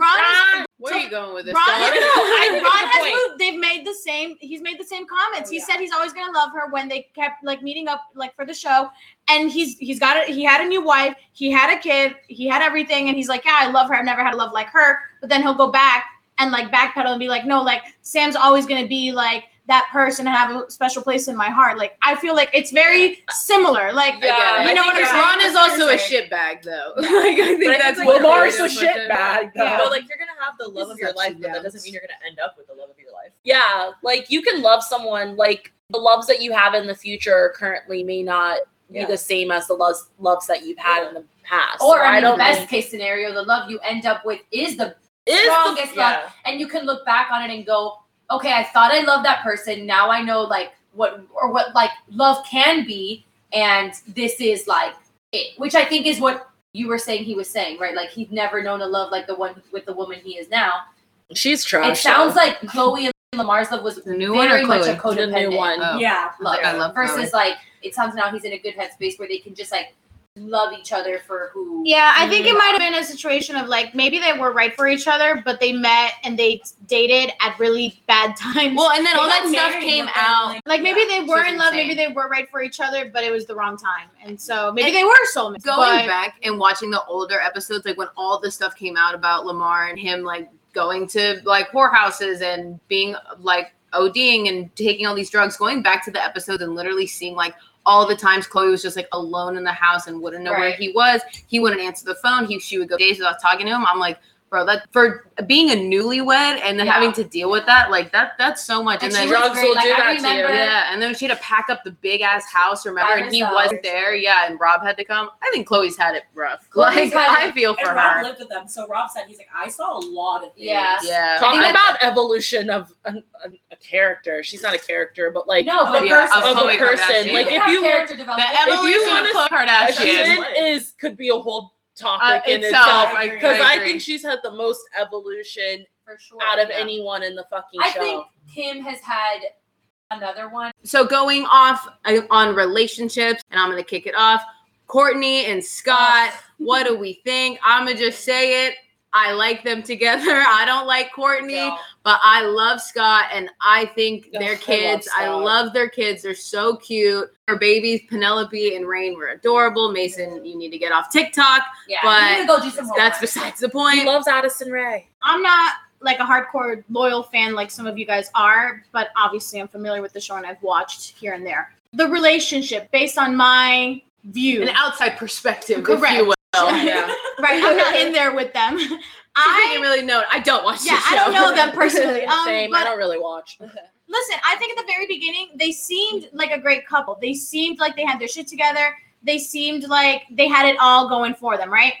Speaker 4: Ron.
Speaker 1: Where are you going with this?
Speaker 6: Ron,
Speaker 1: Dawn?
Speaker 4: I
Speaker 6: Ron
Speaker 4: think that's the
Speaker 6: has
Speaker 4: point.
Speaker 6: moved. They've made the same. He's made the same comments.
Speaker 5: Oh,
Speaker 6: he
Speaker 5: yeah.
Speaker 6: said he's always gonna love her when they kept like meeting up like for the show. And he's he's got a, he had a new wife. He had a kid. He had everything. And he's like, yeah, I love her. I've never had a love like her. But then he'll go back and like backpedal and be like, no, like Sam's always gonna be like that person and have a special place in my heart. Like I feel like it's very similar. Like
Speaker 1: I get it.
Speaker 6: you know
Speaker 1: I
Speaker 6: what I'm
Speaker 1: think
Speaker 6: saying?
Speaker 1: Ron is also a
Speaker 5: Sorry.
Speaker 1: shitbag, though. like, I think
Speaker 4: But I
Speaker 1: that's
Speaker 4: think
Speaker 1: what
Speaker 4: Lamar
Speaker 1: it
Speaker 4: is a
Speaker 1: shitbag.
Speaker 4: Yeah.
Speaker 8: But like you're gonna have the love
Speaker 1: This
Speaker 8: of
Speaker 1: is
Speaker 8: your life,
Speaker 1: upside
Speaker 8: but that
Speaker 1: down.
Speaker 8: doesn't mean you're gonna end up with the love of your life.
Speaker 4: Yeah, like you can love someone. Like the loves that you have in the future or currently may not
Speaker 8: Yeah.
Speaker 4: be the same as the loves loves that you've had in the past.
Speaker 2: Or
Speaker 4: So
Speaker 2: I mean,
Speaker 4: don't
Speaker 2: the best
Speaker 4: think-
Speaker 2: case scenario, the love you end up with is the
Speaker 4: Is the-
Speaker 2: strongest love, and you can look back on it and go, okay, I thought I loved that person. Now I know like what or what like love can be, and this is like it, which I think is what you were saying he was saying, right? Like he'd never known a love like the one with the woman he is now.
Speaker 4: she's trash.
Speaker 2: it sounds like Chloe and Lamar's love was
Speaker 1: The new one or
Speaker 2: very much a
Speaker 1: Chloe?
Speaker 4: the
Speaker 2: codependent
Speaker 4: new one.
Speaker 1: Oh.
Speaker 5: Yeah.
Speaker 2: love,
Speaker 1: I love
Speaker 2: versus like it sounds now he's in a good headspace where they can just like love each other for who.
Speaker 6: Yeah, I
Speaker 1: Mm.
Speaker 6: think it might have been a situation of like maybe they were right for each other, but they met and they dated at really bad *laughs* times.
Speaker 1: Well, and then
Speaker 5: They
Speaker 1: all
Speaker 5: got
Speaker 1: that stuff
Speaker 5: married,
Speaker 1: came
Speaker 5: but then,
Speaker 1: out.
Speaker 6: like maybe they were
Speaker 1: which is
Speaker 6: in love,
Speaker 1: insane.
Speaker 6: maybe they were right for each other, but it was the wrong time, and so maybe they were soulmates.
Speaker 1: going
Speaker 6: but-
Speaker 1: back and watching the older episodes, like when all the stuff came out about Lamar and him like going to like whorehouses and being like ODing and taking all these drugs, going back to the episodes and literally seeing like all the times Chloe was just like alone in the house and wouldn't know where
Speaker 2: Right.
Speaker 1: he was. He wouldn't answer the phone. He she would go days without talking to him. I'm like, bro, that for being a newlywed and then
Speaker 2: Yeah.
Speaker 1: having to deal with that, like that that's so much.
Speaker 2: And
Speaker 1: And,
Speaker 2: she
Speaker 1: then
Speaker 2: was
Speaker 4: drugs
Speaker 2: great.
Speaker 4: will
Speaker 2: Like,
Speaker 4: do
Speaker 2: I
Speaker 4: that to you.
Speaker 2: remember-
Speaker 1: yeah, and then she had to pack up the big ass house, remember?
Speaker 2: By
Speaker 1: And he
Speaker 2: herself.
Speaker 1: wasn't there, yeah, and Rob had to come. I think Chloe's had it rough.
Speaker 2: Chloe's
Speaker 1: like,
Speaker 2: had it-
Speaker 1: I feel for
Speaker 5: And Rob
Speaker 1: her.
Speaker 5: lived with them, so Rob said he's like, I saw a lot of things.
Speaker 2: Yeah.
Speaker 5: *laughs*
Speaker 1: Yeah.
Speaker 4: Talk
Speaker 2: I think
Speaker 4: about evolution of a, a, a character. She's not a character, but like
Speaker 2: No,
Speaker 5: Of
Speaker 2: but
Speaker 5: a
Speaker 1: Yeah,
Speaker 5: person.
Speaker 1: of
Speaker 4: Of a
Speaker 1: Khloe
Speaker 4: person,
Speaker 1: Kardashian.
Speaker 4: like,
Speaker 2: can
Speaker 4: if
Speaker 2: have
Speaker 4: you look-
Speaker 2: character
Speaker 1: the
Speaker 2: development.
Speaker 1: evolution of
Speaker 4: wanna-
Speaker 1: Khloe Kardashian
Speaker 4: Evolution is could be a whole
Speaker 1: uh,
Speaker 4: topic in
Speaker 1: itself,
Speaker 4: itself.
Speaker 1: I-
Speaker 4: Because
Speaker 1: I,
Speaker 4: I,
Speaker 1: agree.
Speaker 4: think she's had the most evolution
Speaker 2: for sure.
Speaker 4: out of
Speaker 1: Yeah.
Speaker 4: anyone in the fucking
Speaker 2: I
Speaker 4: show.
Speaker 2: think Kim has had another one.
Speaker 1: so going off uh, on relationships, and I'm gonna kick it off. Courtney and Scott, what do we think? I'ma just say it. I like them together. *laughs* I don't like Courtney.
Speaker 5: Yeah.
Speaker 1: But I love Scott and I think
Speaker 4: Ugh, I
Speaker 1: their
Speaker 4: love
Speaker 1: kids, I
Speaker 4: Scott.
Speaker 1: love, their kids. They're so cute. Their babies, Penelope and Rain, were adorable. Mason, you need to get off TikTok.
Speaker 2: Yeah,
Speaker 1: But
Speaker 2: you need to go do some homework.
Speaker 1: That's besides the
Speaker 4: he
Speaker 1: point.
Speaker 4: loves Addison Ray.
Speaker 6: I'm not like a hardcore loyal fan like some of you guys are, but obviously I'm familiar with the show and I've watched here and there. the relationship based on my view.
Speaker 4: An outside perspective, if
Speaker 6: Correct.
Speaker 4: you will.
Speaker 1: *laughs*
Speaker 4: Yeah.
Speaker 6: right, I'm not in there with them.
Speaker 4: I
Speaker 6: I
Speaker 4: didn't really know. I don't watch.
Speaker 6: yeah,
Speaker 4: this
Speaker 6: I
Speaker 4: show.
Speaker 6: don't
Speaker 1: *laughs*
Speaker 7: *laughs*
Speaker 6: know them personally. Um,
Speaker 7: Same. I
Speaker 6: but
Speaker 7: don't really watch.
Speaker 6: listen, I think at the very beginning they seemed like a great couple. They seemed like they had their shit together. They seemed like they had it all going for them, right?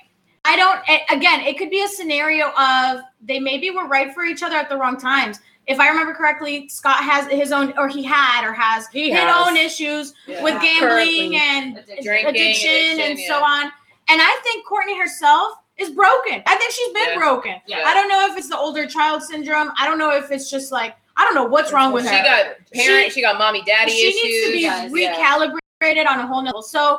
Speaker 6: I don't. a- Again, it could be a scenario of they maybe were right for each other at the wrong times. If I remember correctly, Scott has his own, or he had, or has
Speaker 4: He
Speaker 6: his
Speaker 4: has.
Speaker 6: own issues
Speaker 8: Yeah.
Speaker 6: with gambling
Speaker 4: Currently.
Speaker 6: and
Speaker 2: Addiction.
Speaker 6: addiction, and
Speaker 8: addiction,
Speaker 6: so
Speaker 8: yeah.
Speaker 6: on. And I think Courtney herself is broken. I think she's been
Speaker 8: Yeah.
Speaker 6: broken.
Speaker 8: Yeah.
Speaker 6: I don't know if it's the older child syndrome. I don't know if it's just like I don't know what's wrong with
Speaker 8: she
Speaker 6: her.
Speaker 8: got parent, she, got mommy daddy
Speaker 6: she
Speaker 8: issues.
Speaker 6: needs to be
Speaker 8: Yeah.
Speaker 6: recalibrated on a whole level. So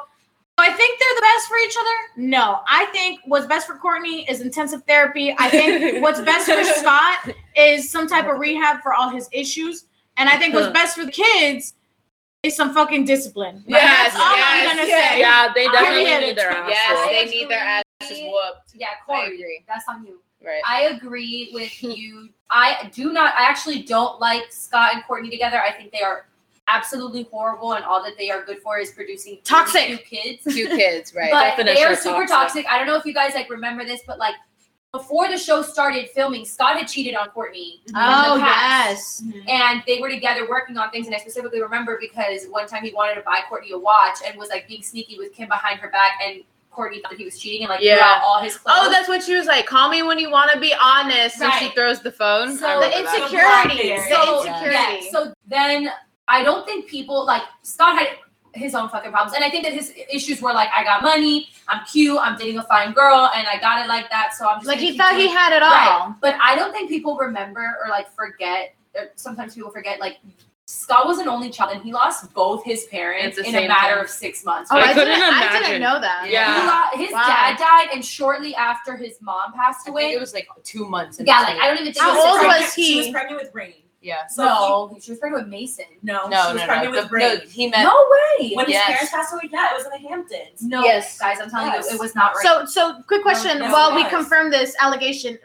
Speaker 6: do I think they're the best for each other. No, I think what's best for Courtney is intensive therapy.
Speaker 8: *laughs*
Speaker 6: I think what's best for Scott is some type of rehab for all his issues, and I think what's best for the kids is some fucking discipline. Like,
Speaker 8: Yes,
Speaker 6: that's all
Speaker 8: yes,
Speaker 6: I'm gonna
Speaker 8: yes.
Speaker 6: say.
Speaker 4: Yeah, they
Speaker 6: Period.
Speaker 4: definitely need their ass.
Speaker 8: Yes,
Speaker 4: whooped.
Speaker 8: they need their asses whooped.
Speaker 2: Yeah,
Speaker 8: I
Speaker 2: Corey,
Speaker 8: agree.
Speaker 2: that's on you.
Speaker 8: Right.
Speaker 2: I agree
Speaker 4: *laughs*
Speaker 2: with you. I do not. I actually don't like Scott and Courtney together. I think they are absolutely horrible, and all that they are good for is producing
Speaker 6: Toxic.
Speaker 2: two
Speaker 1: *laughs*
Speaker 2: kids.
Speaker 8: Two kids, right?
Speaker 2: But they
Speaker 7: Definition
Speaker 2: are
Speaker 7: of
Speaker 2: super toxic. I don't know if you guys like remember this, but like before the show started filming, Scott had cheated on Courtney. in the
Speaker 6: Oh
Speaker 2: past.
Speaker 6: yes.
Speaker 2: And they were together working on things, and I specifically remember because one time he wanted to buy Courtney a watch and was like being sneaky with Kim behind her back, and Courtney thought that he was cheating and like threw
Speaker 4: Yeah.
Speaker 2: out all his clothes.
Speaker 4: Oh, that's what she was like. Call me when you want to be honest. And she
Speaker 2: Right.
Speaker 4: throws the phone.
Speaker 2: So
Speaker 4: I
Speaker 2: the
Speaker 4: remember that.
Speaker 2: insecure-
Speaker 6: Insecurity.
Speaker 2: So,
Speaker 6: The
Speaker 2: yeah,
Speaker 6: insecurity.
Speaker 2: so then I don't think people like Scott had his own fucking problems, and I think that his issues were like, I got money, I'm cute, I'm dating a fine girl, and I got it like that, so I'm just
Speaker 6: Like
Speaker 2: gonna
Speaker 6: he
Speaker 2: keep
Speaker 6: thought he
Speaker 2: doing-
Speaker 6: had it
Speaker 2: Right.
Speaker 6: all.
Speaker 2: But I don't think people remember or like forget. Or sometimes people forget like. Scott was an only child, and he lost both his parents
Speaker 4: At the
Speaker 2: in a
Speaker 4: same
Speaker 2: matter
Speaker 4: time.
Speaker 2: of six months.
Speaker 6: Oh,
Speaker 4: I
Speaker 6: I,
Speaker 4: couldn't
Speaker 6: didn't, I
Speaker 4: imagine.
Speaker 6: didn't know that.
Speaker 8: Yeah.
Speaker 2: He lo- his
Speaker 6: Wow.
Speaker 2: dad died, and shortly after his mom passed
Speaker 8: I think
Speaker 2: away.
Speaker 8: it was like two months. in
Speaker 2: Yeah, like
Speaker 8: between.
Speaker 2: I don't even think.
Speaker 6: How
Speaker 2: it was
Speaker 6: old
Speaker 2: six months.
Speaker 6: was
Speaker 5: She
Speaker 6: he?
Speaker 5: was pregnant with Rain.
Speaker 8: Yeah.
Speaker 5: So
Speaker 2: No, she was pregnant with Mason.
Speaker 5: he-
Speaker 8: No,
Speaker 5: no, she was
Speaker 8: no, no.
Speaker 5: pregnant
Speaker 8: The-
Speaker 5: with Rain.
Speaker 8: no, he meant.
Speaker 2: No way.
Speaker 5: When
Speaker 8: Yes.
Speaker 5: his parents passed away, yeah, it was in the Hamptons.
Speaker 2: No,
Speaker 7: Yes.
Speaker 2: guys, I'm telling
Speaker 5: Yes.
Speaker 2: you, it was not right.
Speaker 6: So, so quick question.
Speaker 5: No, no,
Speaker 6: While
Speaker 5: it
Speaker 6: we
Speaker 5: was.
Speaker 6: confirm this allegation,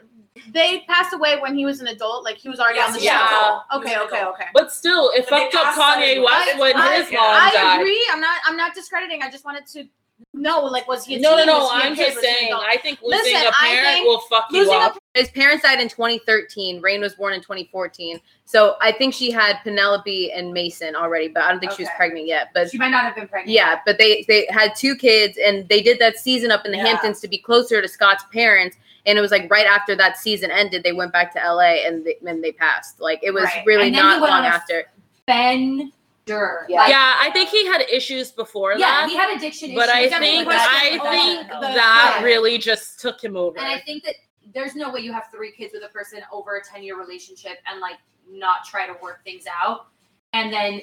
Speaker 6: they passed away when he was an adult. Like he was already on the
Speaker 5: Yes, he was
Speaker 6: show.
Speaker 5: an adult. He was
Speaker 6: Okay,
Speaker 5: an
Speaker 6: okay,
Speaker 5: adult.
Speaker 6: okay.
Speaker 7: But still, it
Speaker 5: But they
Speaker 7: fucked up
Speaker 5: passed on
Speaker 7: Kanye
Speaker 5: it.
Speaker 7: West when
Speaker 5: I-
Speaker 7: his
Speaker 5: I
Speaker 7: mom
Speaker 6: I
Speaker 7: died.
Speaker 6: agree. I'm not. I'm not discrediting. I just wanted to know, like, was he? A
Speaker 7: No, no,
Speaker 6: teen?
Speaker 7: no.
Speaker 6: Was he a
Speaker 7: I'm
Speaker 6: kid?
Speaker 7: just
Speaker 6: Was he an
Speaker 7: saying.
Speaker 6: adult?
Speaker 7: I think losing
Speaker 6: Listen,
Speaker 7: a
Speaker 6: I
Speaker 7: parent
Speaker 6: think
Speaker 7: will fuck you
Speaker 6: losing a
Speaker 7: up.
Speaker 1: His parents died in 2013. Rain was born in 2014. So I think she had Penelope and Mason already, but I don't think she was
Speaker 2: Okay.
Speaker 1: pregnant yet. But
Speaker 2: she might not have been pregnant.
Speaker 1: yeah, but they they had two kids and they did that season up in the
Speaker 5: Yeah.
Speaker 1: Hamptons to be closer to Scott's parents. And it was like right after that season ended, they went back to LA and they, and they passed. Like it was
Speaker 6: Right.
Speaker 1: really
Speaker 2: And then he
Speaker 1: not
Speaker 2: went
Speaker 1: long
Speaker 2: on a-
Speaker 1: after.
Speaker 2: Ben Durr.
Speaker 1: Yeah.
Speaker 2: Like,
Speaker 7: yeah, I think he had issues before
Speaker 2: yeah,
Speaker 7: that.
Speaker 2: he had addiction
Speaker 7: But I
Speaker 2: issues.
Speaker 6: definitely
Speaker 7: think
Speaker 6: was
Speaker 7: I
Speaker 6: definitely
Speaker 7: think
Speaker 6: the-
Speaker 7: that
Speaker 6: yeah.
Speaker 7: really just took him over.
Speaker 2: And I think that there's no way you have three kids with a person over a 10 year relationship and like not try to work things out. And then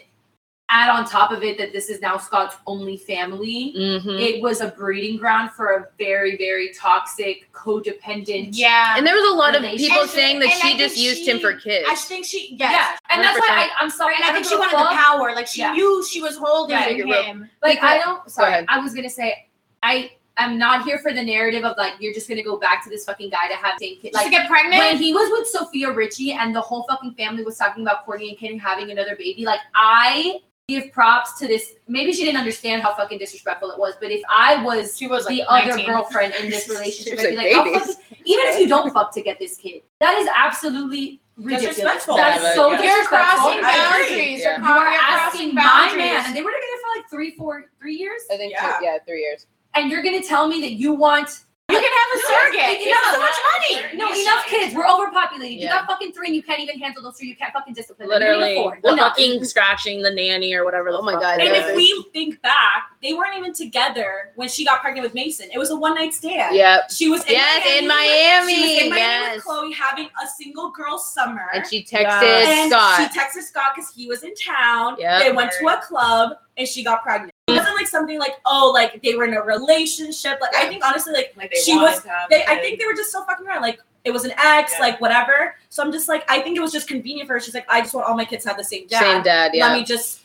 Speaker 2: add on top of it that this is now Scott's only family.
Speaker 6: Mm-hmm.
Speaker 7: Mhm.
Speaker 2: It was a breeding ground for a very, very toxic, codependent.
Speaker 6: yeah.
Speaker 1: And there was a lot of
Speaker 2: Relationship.
Speaker 1: people
Speaker 6: And-
Speaker 1: saying that
Speaker 6: and I
Speaker 1: she
Speaker 6: think
Speaker 1: just used
Speaker 6: she-
Speaker 1: him for kids.
Speaker 6: I think she. Yes.
Speaker 2: Yeah. And that's why
Speaker 1: 100%.
Speaker 2: I, I'm sorry.
Speaker 6: And I
Speaker 2: don't
Speaker 6: think she
Speaker 2: give a
Speaker 6: wanted the
Speaker 2: fuck.
Speaker 6: power. Like she
Speaker 2: Yeah.
Speaker 6: knew she was holding
Speaker 2: Right.
Speaker 6: him.
Speaker 2: Like I don't. Sorry,
Speaker 1: ahead.
Speaker 2: I was gonna say I am not here for the narrative of like you're just gonna go back to this fucking guy to have same kid.
Speaker 6: Just to
Speaker 2: Like
Speaker 6: get pregnant.
Speaker 2: when he was with Sophia Richie and the whole fucking family was talking about Courtney and Kim having another baby. Like I give props to this. Maybe she didn't understand how fucking disrespectful it was, but if I was.
Speaker 6: she was like
Speaker 2: The
Speaker 6: 19.
Speaker 2: other girlfriend in this relationship,
Speaker 1: She was
Speaker 2: I'd be
Speaker 1: like,
Speaker 2: like, I'll
Speaker 1: "Babies."
Speaker 2: fuck- even if you don't fuck to get this kid, that is absolutely ridiculous.
Speaker 5: Disrespectful.
Speaker 2: That
Speaker 8: Yeah,
Speaker 2: is so
Speaker 8: but-
Speaker 6: You're
Speaker 2: disrespectful.
Speaker 6: crossing
Speaker 5: I agree.
Speaker 6: boundaries.
Speaker 4: Yeah.
Speaker 6: You're
Speaker 2: You are
Speaker 6: crossing
Speaker 2: asking my man,
Speaker 6: boundaries.
Speaker 2: and they were together for like three, four, three years.
Speaker 4: I think
Speaker 5: Yeah.
Speaker 4: two, yeah, three years.
Speaker 2: and you're gonna tell me that you want
Speaker 6: You can have a
Speaker 2: No,
Speaker 6: surrogate.
Speaker 2: it's
Speaker 6: You have so
Speaker 2: not.
Speaker 6: much money.
Speaker 2: no enough kids. We're overpopulated. You
Speaker 4: Yeah.
Speaker 2: got fucking three, and you can't even handle those three. You can't fucking discipline them. You need
Speaker 7: Literally,
Speaker 2: four.
Speaker 7: the
Speaker 2: Enough.
Speaker 7: fucking scratching the nanny or whatever. The
Speaker 1: Oh my
Speaker 7: fuck
Speaker 1: God,
Speaker 7: it
Speaker 5: And
Speaker 1: Yeah.
Speaker 5: if we think back, they weren't even together when she got pregnant with Mason. It was a one night stand.
Speaker 1: Yep.
Speaker 5: She was in
Speaker 1: Yes, in
Speaker 5: Miami. She was in
Speaker 1: Miami,
Speaker 5: Miami
Speaker 1: yes.
Speaker 5: with Chloe having a single girl summer.
Speaker 1: And she
Speaker 4: Yeah.
Speaker 1: texted
Speaker 5: And
Speaker 1: Scott.
Speaker 5: she texted Scott because he was in town.
Speaker 1: Yep.
Speaker 5: They went to a club and she got pregnant. It wasn't like something like, oh, like they were in a relationship. Like I think honestly, like
Speaker 8: Like they
Speaker 5: She
Speaker 8: wanted
Speaker 5: was-
Speaker 8: To have
Speaker 5: they, I
Speaker 8: kids.
Speaker 5: think they were just so fucking around. Like it was an ex,
Speaker 8: Yeah.
Speaker 5: like whatever. So I'm just like, I think it was just convenient for her. She's like, I just want all my kids to have the same dad.
Speaker 1: Same dad, yeah.
Speaker 5: Let me just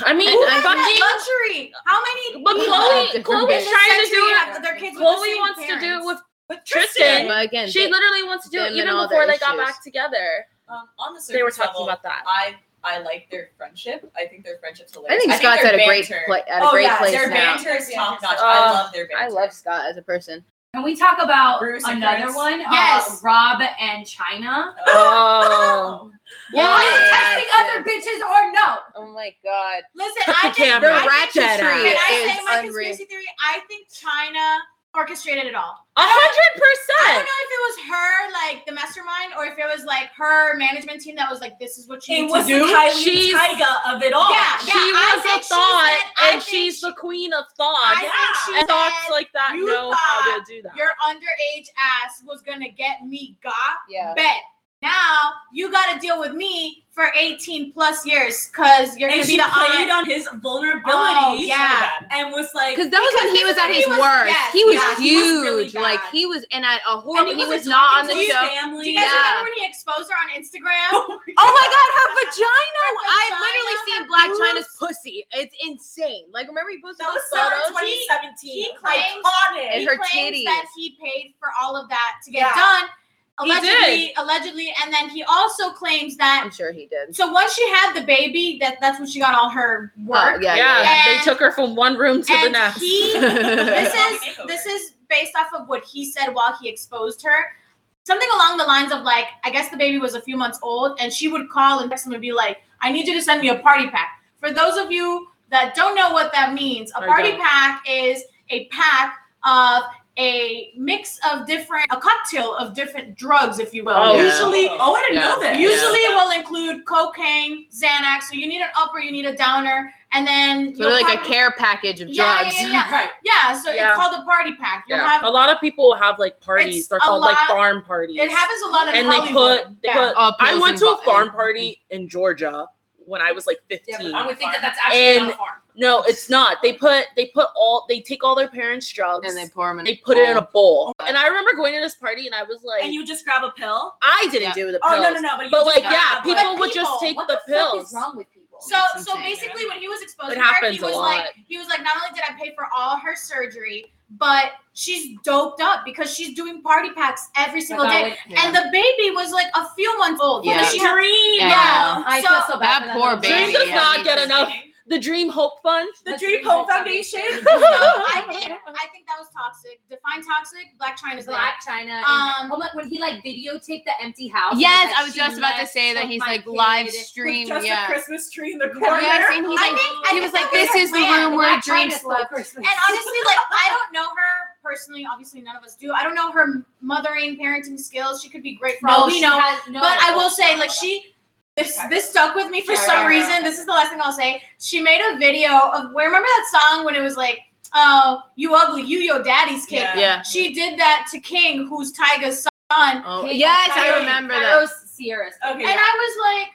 Speaker 7: I mean,
Speaker 5: Who
Speaker 6: That's
Speaker 7: fucking.
Speaker 6: luxury. How many?
Speaker 7: But
Speaker 6: people
Speaker 7: Chloe,
Speaker 1: different
Speaker 7: Chloe's trying
Speaker 1: babies.
Speaker 7: to do it.
Speaker 6: have their kids with the
Speaker 7: Chloe
Speaker 6: same
Speaker 7: wants to do it
Speaker 6: parents?
Speaker 7: with.
Speaker 5: with
Speaker 7: Tristan.
Speaker 1: but again,
Speaker 7: She
Speaker 1: they-
Speaker 7: literally wants to do
Speaker 1: them
Speaker 7: it
Speaker 1: and
Speaker 7: even
Speaker 1: all
Speaker 7: before
Speaker 1: their
Speaker 7: they got
Speaker 1: issues.
Speaker 7: back together.
Speaker 5: Um, on the
Speaker 7: They were
Speaker 5: surface
Speaker 7: talking
Speaker 5: level,
Speaker 7: about that.
Speaker 5: I I like their friendship. I think their friendship's
Speaker 1: I
Speaker 5: hilarious.
Speaker 1: think Scott's
Speaker 5: their
Speaker 1: at a great
Speaker 5: banter-
Speaker 1: pla- at a
Speaker 5: oh
Speaker 1: great
Speaker 5: yeah,
Speaker 1: place
Speaker 5: their
Speaker 1: now.
Speaker 5: banter is top notch.
Speaker 1: Uh,
Speaker 5: I love their banter.
Speaker 1: I love Scott as a person.
Speaker 2: Can we talk about
Speaker 5: Bruce and
Speaker 2: another
Speaker 5: Prince.
Speaker 2: one? Uh,
Speaker 6: Yes.
Speaker 2: Rob and China.
Speaker 7: Oh,
Speaker 2: Well, Are you texting other bitches or no?
Speaker 1: Oh my god.
Speaker 6: Listen, I think
Speaker 1: Camera.
Speaker 6: I think
Speaker 1: The ratchet
Speaker 6: Can I
Speaker 1: is
Speaker 6: say my
Speaker 1: unreal.
Speaker 6: conspiracy theory? I think China orchestrated it all.
Speaker 7: a hundred
Speaker 6: I don't know
Speaker 7: percent.
Speaker 6: if it was her, like the mastermind, or if it was like her management team that was like, "This is what you
Speaker 5: it
Speaker 6: need
Speaker 5: was
Speaker 6: to do."
Speaker 5: the Kylie
Speaker 7: She's-
Speaker 5: Tyga of it all.
Speaker 6: Yeah.
Speaker 7: she was
Speaker 6: I
Speaker 7: a
Speaker 6: think she
Speaker 7: thought,
Speaker 6: said- I
Speaker 7: and
Speaker 6: think
Speaker 7: she's
Speaker 6: she-
Speaker 7: the queen of
Speaker 6: I
Speaker 7: thoughts.
Speaker 6: think
Speaker 5: Yeah.
Speaker 6: she
Speaker 7: And thoughts
Speaker 6: said,
Speaker 7: like that
Speaker 6: "You
Speaker 7: know how to do that.
Speaker 6: your underage ass was gonna get me got.
Speaker 1: Yeah.
Speaker 6: Bet now you gotta deal with me for 18 plus years because you're
Speaker 5: And
Speaker 6: gonna
Speaker 5: she
Speaker 6: be the
Speaker 5: played on
Speaker 6: aunt.
Speaker 5: his vulnerabilities.
Speaker 6: Oh, yeah.
Speaker 5: And was like,
Speaker 1: Because that was when he was at
Speaker 6: he
Speaker 1: his
Speaker 6: was-
Speaker 1: worst.
Speaker 6: yes,
Speaker 1: he was
Speaker 6: yes, he was really
Speaker 1: huge. like
Speaker 6: bad.
Speaker 1: he was in a, a
Speaker 5: and
Speaker 1: horrible.
Speaker 5: he,
Speaker 1: He
Speaker 5: wasn't
Speaker 1: was not on
Speaker 5: talking
Speaker 1: the
Speaker 5: to his
Speaker 1: show.
Speaker 6: Do
Speaker 5: Family.
Speaker 6: you guys
Speaker 1: Yeah.
Speaker 6: remember when he exposed her on Instagram?
Speaker 1: Oh my god,
Speaker 6: *laughs*
Speaker 1: her vagina! I
Speaker 6: Her vagina,
Speaker 1: literally
Speaker 6: her
Speaker 1: seen Black
Speaker 6: boobs.
Speaker 1: China's pussy. It's insane. Like remember he posted
Speaker 5: *laughs* That was
Speaker 1: those
Speaker 5: summer
Speaker 1: photos?
Speaker 5: 2017.
Speaker 6: he claims-
Speaker 5: Iconic.
Speaker 1: *laughs* And
Speaker 6: he
Speaker 1: her titties.
Speaker 6: claims that he paid for all of that to get
Speaker 5: Yeah.
Speaker 6: done.
Speaker 7: He did.
Speaker 6: Allegedly, allegedly, and then he also claims that.
Speaker 1: I'm sure he did.
Speaker 6: So once she had the baby, that that's when she got all her
Speaker 1: Oh,
Speaker 6: work.
Speaker 1: yeah, yeah. yeah.
Speaker 7: yeah, they
Speaker 6: And-
Speaker 7: took her from one room to the
Speaker 6: and
Speaker 7: next.
Speaker 1: *laughs*
Speaker 6: he, *laughs* this is this is based off of what he said while he exposed her. Something along the lines of like, I guess the baby was a few months old, and she would call and text him and be like, "I need you to send me a party pack." For those of you that don't know what that means, a
Speaker 7: I
Speaker 6: party
Speaker 7: don't.
Speaker 6: pack is a pack of a mix of different, a cocktail of different drugs, if you will.
Speaker 7: Oh, yeah.
Speaker 5: usually. Oh, I didn't
Speaker 4: Yeah.
Speaker 5: know that.
Speaker 6: Usually it will include cocaine, Xanax. So you need an upper, you need a downer, and then
Speaker 1: So they're like a
Speaker 6: probably-
Speaker 1: care package of
Speaker 6: Yeah,
Speaker 1: drugs. *laughs*
Speaker 6: yeah, yeah.
Speaker 5: Right.
Speaker 6: yeah. So
Speaker 7: Yeah.
Speaker 6: it's called a party pack. You'll
Speaker 7: Yeah.
Speaker 6: have
Speaker 7: a lot of people have like parties.
Speaker 6: It's
Speaker 7: They're
Speaker 6: a
Speaker 7: called like
Speaker 6: lot-
Speaker 7: farm parties.
Speaker 6: It happens a lot in
Speaker 7: and they
Speaker 6: Hollywood.
Speaker 7: put they
Speaker 6: Yeah.
Speaker 7: put.
Speaker 1: Oh,
Speaker 7: I
Speaker 1: pills
Speaker 7: went
Speaker 1: and
Speaker 7: to a
Speaker 1: bo-
Speaker 7: farm
Speaker 1: and-
Speaker 7: party in Georgia when I was like
Speaker 2: Yeah,
Speaker 7: fifteen.
Speaker 2: but I would think that that's actually
Speaker 7: And-
Speaker 2: not a farm.
Speaker 7: no, it's not. They put they put all they take all their parents' drugs
Speaker 1: And they pour them in.
Speaker 7: they put it in a bowl. And I remember going to this party and I was like,
Speaker 5: And you just grab a pill.
Speaker 7: I didn't
Speaker 1: Yeah.
Speaker 7: do the pills.
Speaker 5: Oh no no no! But, you
Speaker 7: But
Speaker 5: just
Speaker 7: like,
Speaker 5: grab
Speaker 7: yeah,
Speaker 5: a
Speaker 7: people,
Speaker 5: pill.
Speaker 7: would just
Speaker 6: people,
Speaker 7: take
Speaker 2: What
Speaker 7: the pills.
Speaker 2: fuck is wrong with people?
Speaker 6: So,
Speaker 1: It's
Speaker 6: so
Speaker 1: insane.
Speaker 6: basically, when he was exposed
Speaker 7: It
Speaker 6: to her,
Speaker 7: happens
Speaker 6: he
Speaker 7: a
Speaker 6: was
Speaker 7: lot.
Speaker 6: like, he was like, not only did I pay for all her surgery, but she's doped up because she's doing party packs every single
Speaker 2: Without
Speaker 6: day.
Speaker 2: it-
Speaker 6: And the baby was like a few months old.
Speaker 1: Yeah.
Speaker 6: And she had-
Speaker 5: dream.
Speaker 1: Yeah.
Speaker 2: I
Speaker 6: so-
Speaker 2: feel so bad.
Speaker 1: That poor
Speaker 2: for little
Speaker 1: baby,
Speaker 2: girl.
Speaker 1: Dream does yeah.
Speaker 7: not get enough. The Dream Hope Fund.
Speaker 5: The Dream
Speaker 1: *laughs*
Speaker 5: Home Foundation. *laughs*
Speaker 6: I think, I think that was toxic. Define toxic. Black China's black.
Speaker 2: Black China. and-
Speaker 6: Um,
Speaker 2: oh my, when he like videotaped the empty house.
Speaker 1: Yes,
Speaker 2: like,
Speaker 1: I was
Speaker 2: she
Speaker 1: just about to
Speaker 2: left
Speaker 1: say that
Speaker 2: with
Speaker 1: he's
Speaker 2: my
Speaker 1: like
Speaker 2: kid.
Speaker 1: live
Speaker 5: With
Speaker 1: stream.
Speaker 5: just a
Speaker 1: Yeah.
Speaker 5: Christmas tree in the corner.
Speaker 1: Have you guys
Speaker 6: *laughs*
Speaker 1: seen? He's
Speaker 6: I
Speaker 1: like,
Speaker 6: think- I
Speaker 1: he
Speaker 6: think
Speaker 1: was like,
Speaker 6: that
Speaker 1: this
Speaker 6: was
Speaker 1: is the
Speaker 6: planned.
Speaker 1: room where
Speaker 2: Black
Speaker 1: dreams
Speaker 2: China's love Christmas.
Speaker 6: And honestly, like I don't know her personally. Obviously, none of us do. I don't know her mothering, parenting skills. She could be great for all we
Speaker 2: Oh, she
Speaker 6: know.
Speaker 2: has- no,
Speaker 6: but I will say, like she, this this stuck with me for some reason. This is the last thing I'll say. She made a video of. Where remember that song when it was like, "Oh, you ugly, you your daddy's kid."
Speaker 5: Yeah.
Speaker 1: Yeah.
Speaker 6: She did that to King, who's Tyga's son,
Speaker 1: Oh,
Speaker 2: Kate
Speaker 1: yes, I
Speaker 5: Tyra-
Speaker 1: remember that.
Speaker 2: Tyros Sierra's.
Speaker 5: Okay.
Speaker 6: and I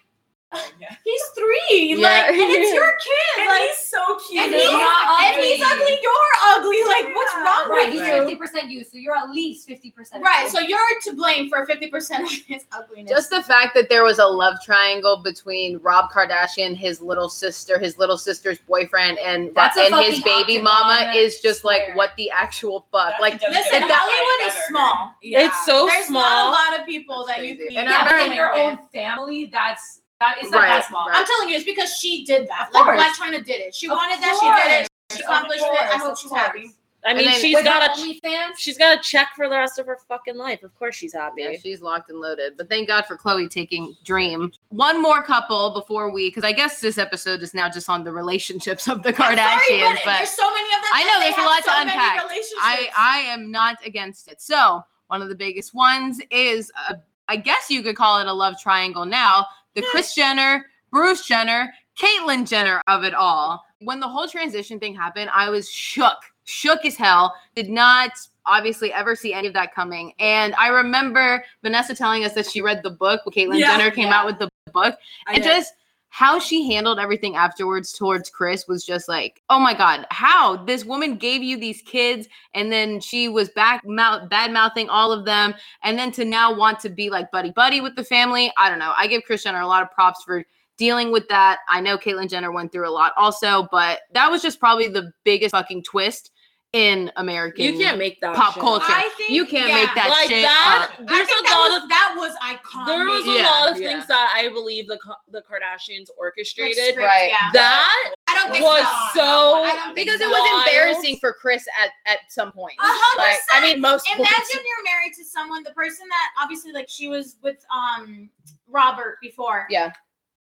Speaker 6: was like,
Speaker 5: Yeah.
Speaker 6: "He's three,
Speaker 1: Yeah.
Speaker 6: like, and it's your kid,
Speaker 5: And
Speaker 6: like."
Speaker 5: he's so cute.
Speaker 6: And he's,
Speaker 2: not
Speaker 6: and he's ugly. You're ugly. Like, what's
Speaker 5: Yeah.
Speaker 6: wrong
Speaker 2: Right,
Speaker 6: with
Speaker 2: he's
Speaker 6: you?
Speaker 2: fifty percent you, so you're at least fifty percent.
Speaker 6: Right, so you're to blame for 50% of his ugliness.
Speaker 1: Just the fact that there was a love triangle between Rob Kardashian, his little sister, his little sister's boyfriend, and
Speaker 2: That's a
Speaker 1: and his
Speaker 2: fucking
Speaker 1: baby
Speaker 2: octagon,
Speaker 1: mama is just like,
Speaker 2: swear.
Speaker 1: what the actual fuck? Like,
Speaker 6: listen,
Speaker 1: that-
Speaker 6: Hollywood is small.
Speaker 5: Yeah.
Speaker 7: *laughs* It's so
Speaker 6: There's
Speaker 7: small.
Speaker 6: not a lot of people that you
Speaker 1: Crazy.
Speaker 6: can
Speaker 1: And
Speaker 2: yeah,
Speaker 1: I
Speaker 2: but in
Speaker 1: remember-
Speaker 2: your own family, that's that is not
Speaker 1: Right,
Speaker 2: that small.
Speaker 1: right.
Speaker 6: I'm telling you, it's because she did that.
Speaker 2: Of
Speaker 6: Like
Speaker 2: course.
Speaker 6: Black China did it. She
Speaker 2: Of
Speaker 6: wanted that. She did it. She
Speaker 2: Of
Speaker 6: accomplished it. I
Speaker 2: course,
Speaker 6: hope
Speaker 2: of
Speaker 6: she's
Speaker 2: course.
Speaker 6: happy.
Speaker 7: I mean,
Speaker 1: And then-
Speaker 7: she's
Speaker 2: With
Speaker 7: got
Speaker 2: her
Speaker 7: a
Speaker 2: OnlyFans,
Speaker 7: she's got a check for the rest of her fucking life. Of course, she's happy.
Speaker 1: Yeah, she's locked and loaded. But thank God for Chloe taking Dream. One more couple before we, because I guess this episode is now just on the relationships of the
Speaker 6: I'm sorry,
Speaker 1: Kardashians.
Speaker 6: but,
Speaker 1: but
Speaker 6: there's so many of them.
Speaker 1: I know,
Speaker 6: and they
Speaker 1: there's a
Speaker 6: have
Speaker 1: lot
Speaker 6: so
Speaker 1: to
Speaker 6: many
Speaker 1: unpack.
Speaker 6: relationships.
Speaker 1: I I am not against it. So one of the biggest ones is uh, I guess you could call it a love triangle now. The Chris Jenner, Bruce Jenner, Caitlyn Jenner of it all. When the whole transition thing happened, I was shook, shook as hell. Did not obviously ever see any of that coming. And I remember Vanessa telling us that she read the book. when Caitlyn
Speaker 5: Yeah.
Speaker 1: Jenner came
Speaker 2: Yeah.
Speaker 1: out with the book, and just how she handled everything afterwards towards Chris was just like, oh my God, how this woman gave you these kids and then she was back mouth bad mouthing all of them and then to now want to be like buddy buddy with the family. I don't know. I give Chris Jenner a lot of props for dealing with that. I know Caitlyn Jenner went through a lot also, but that was just probably the biggest fucking twist in American
Speaker 7: You can't make that
Speaker 1: pop
Speaker 7: shit.
Speaker 1: culture.
Speaker 6: I think
Speaker 1: you can't
Speaker 6: yeah.
Speaker 1: make that
Speaker 7: like
Speaker 1: shit.
Speaker 7: that.
Speaker 1: up.
Speaker 6: I
Speaker 7: There's
Speaker 6: think
Speaker 7: a
Speaker 6: that
Speaker 7: lot
Speaker 6: was,
Speaker 7: of
Speaker 6: that was iconic.
Speaker 7: there was a
Speaker 1: Yeah,
Speaker 7: lot of
Speaker 9: yeah.
Speaker 7: things that I believe the Ka- the Kardashians
Speaker 6: Like,
Speaker 7: orchestrated.
Speaker 6: script,
Speaker 9: right.
Speaker 6: Yeah.
Speaker 7: That
Speaker 6: I don't think
Speaker 7: was
Speaker 6: so.
Speaker 7: so
Speaker 6: I don't think
Speaker 9: because it
Speaker 7: Wild.
Speaker 9: was embarrassing for Chris at at some point.
Speaker 6: A hundred
Speaker 9: Like, I mean, most
Speaker 6: Imagine you're married to someone, the person that obviously like she was with um Robert before.
Speaker 9: Yeah.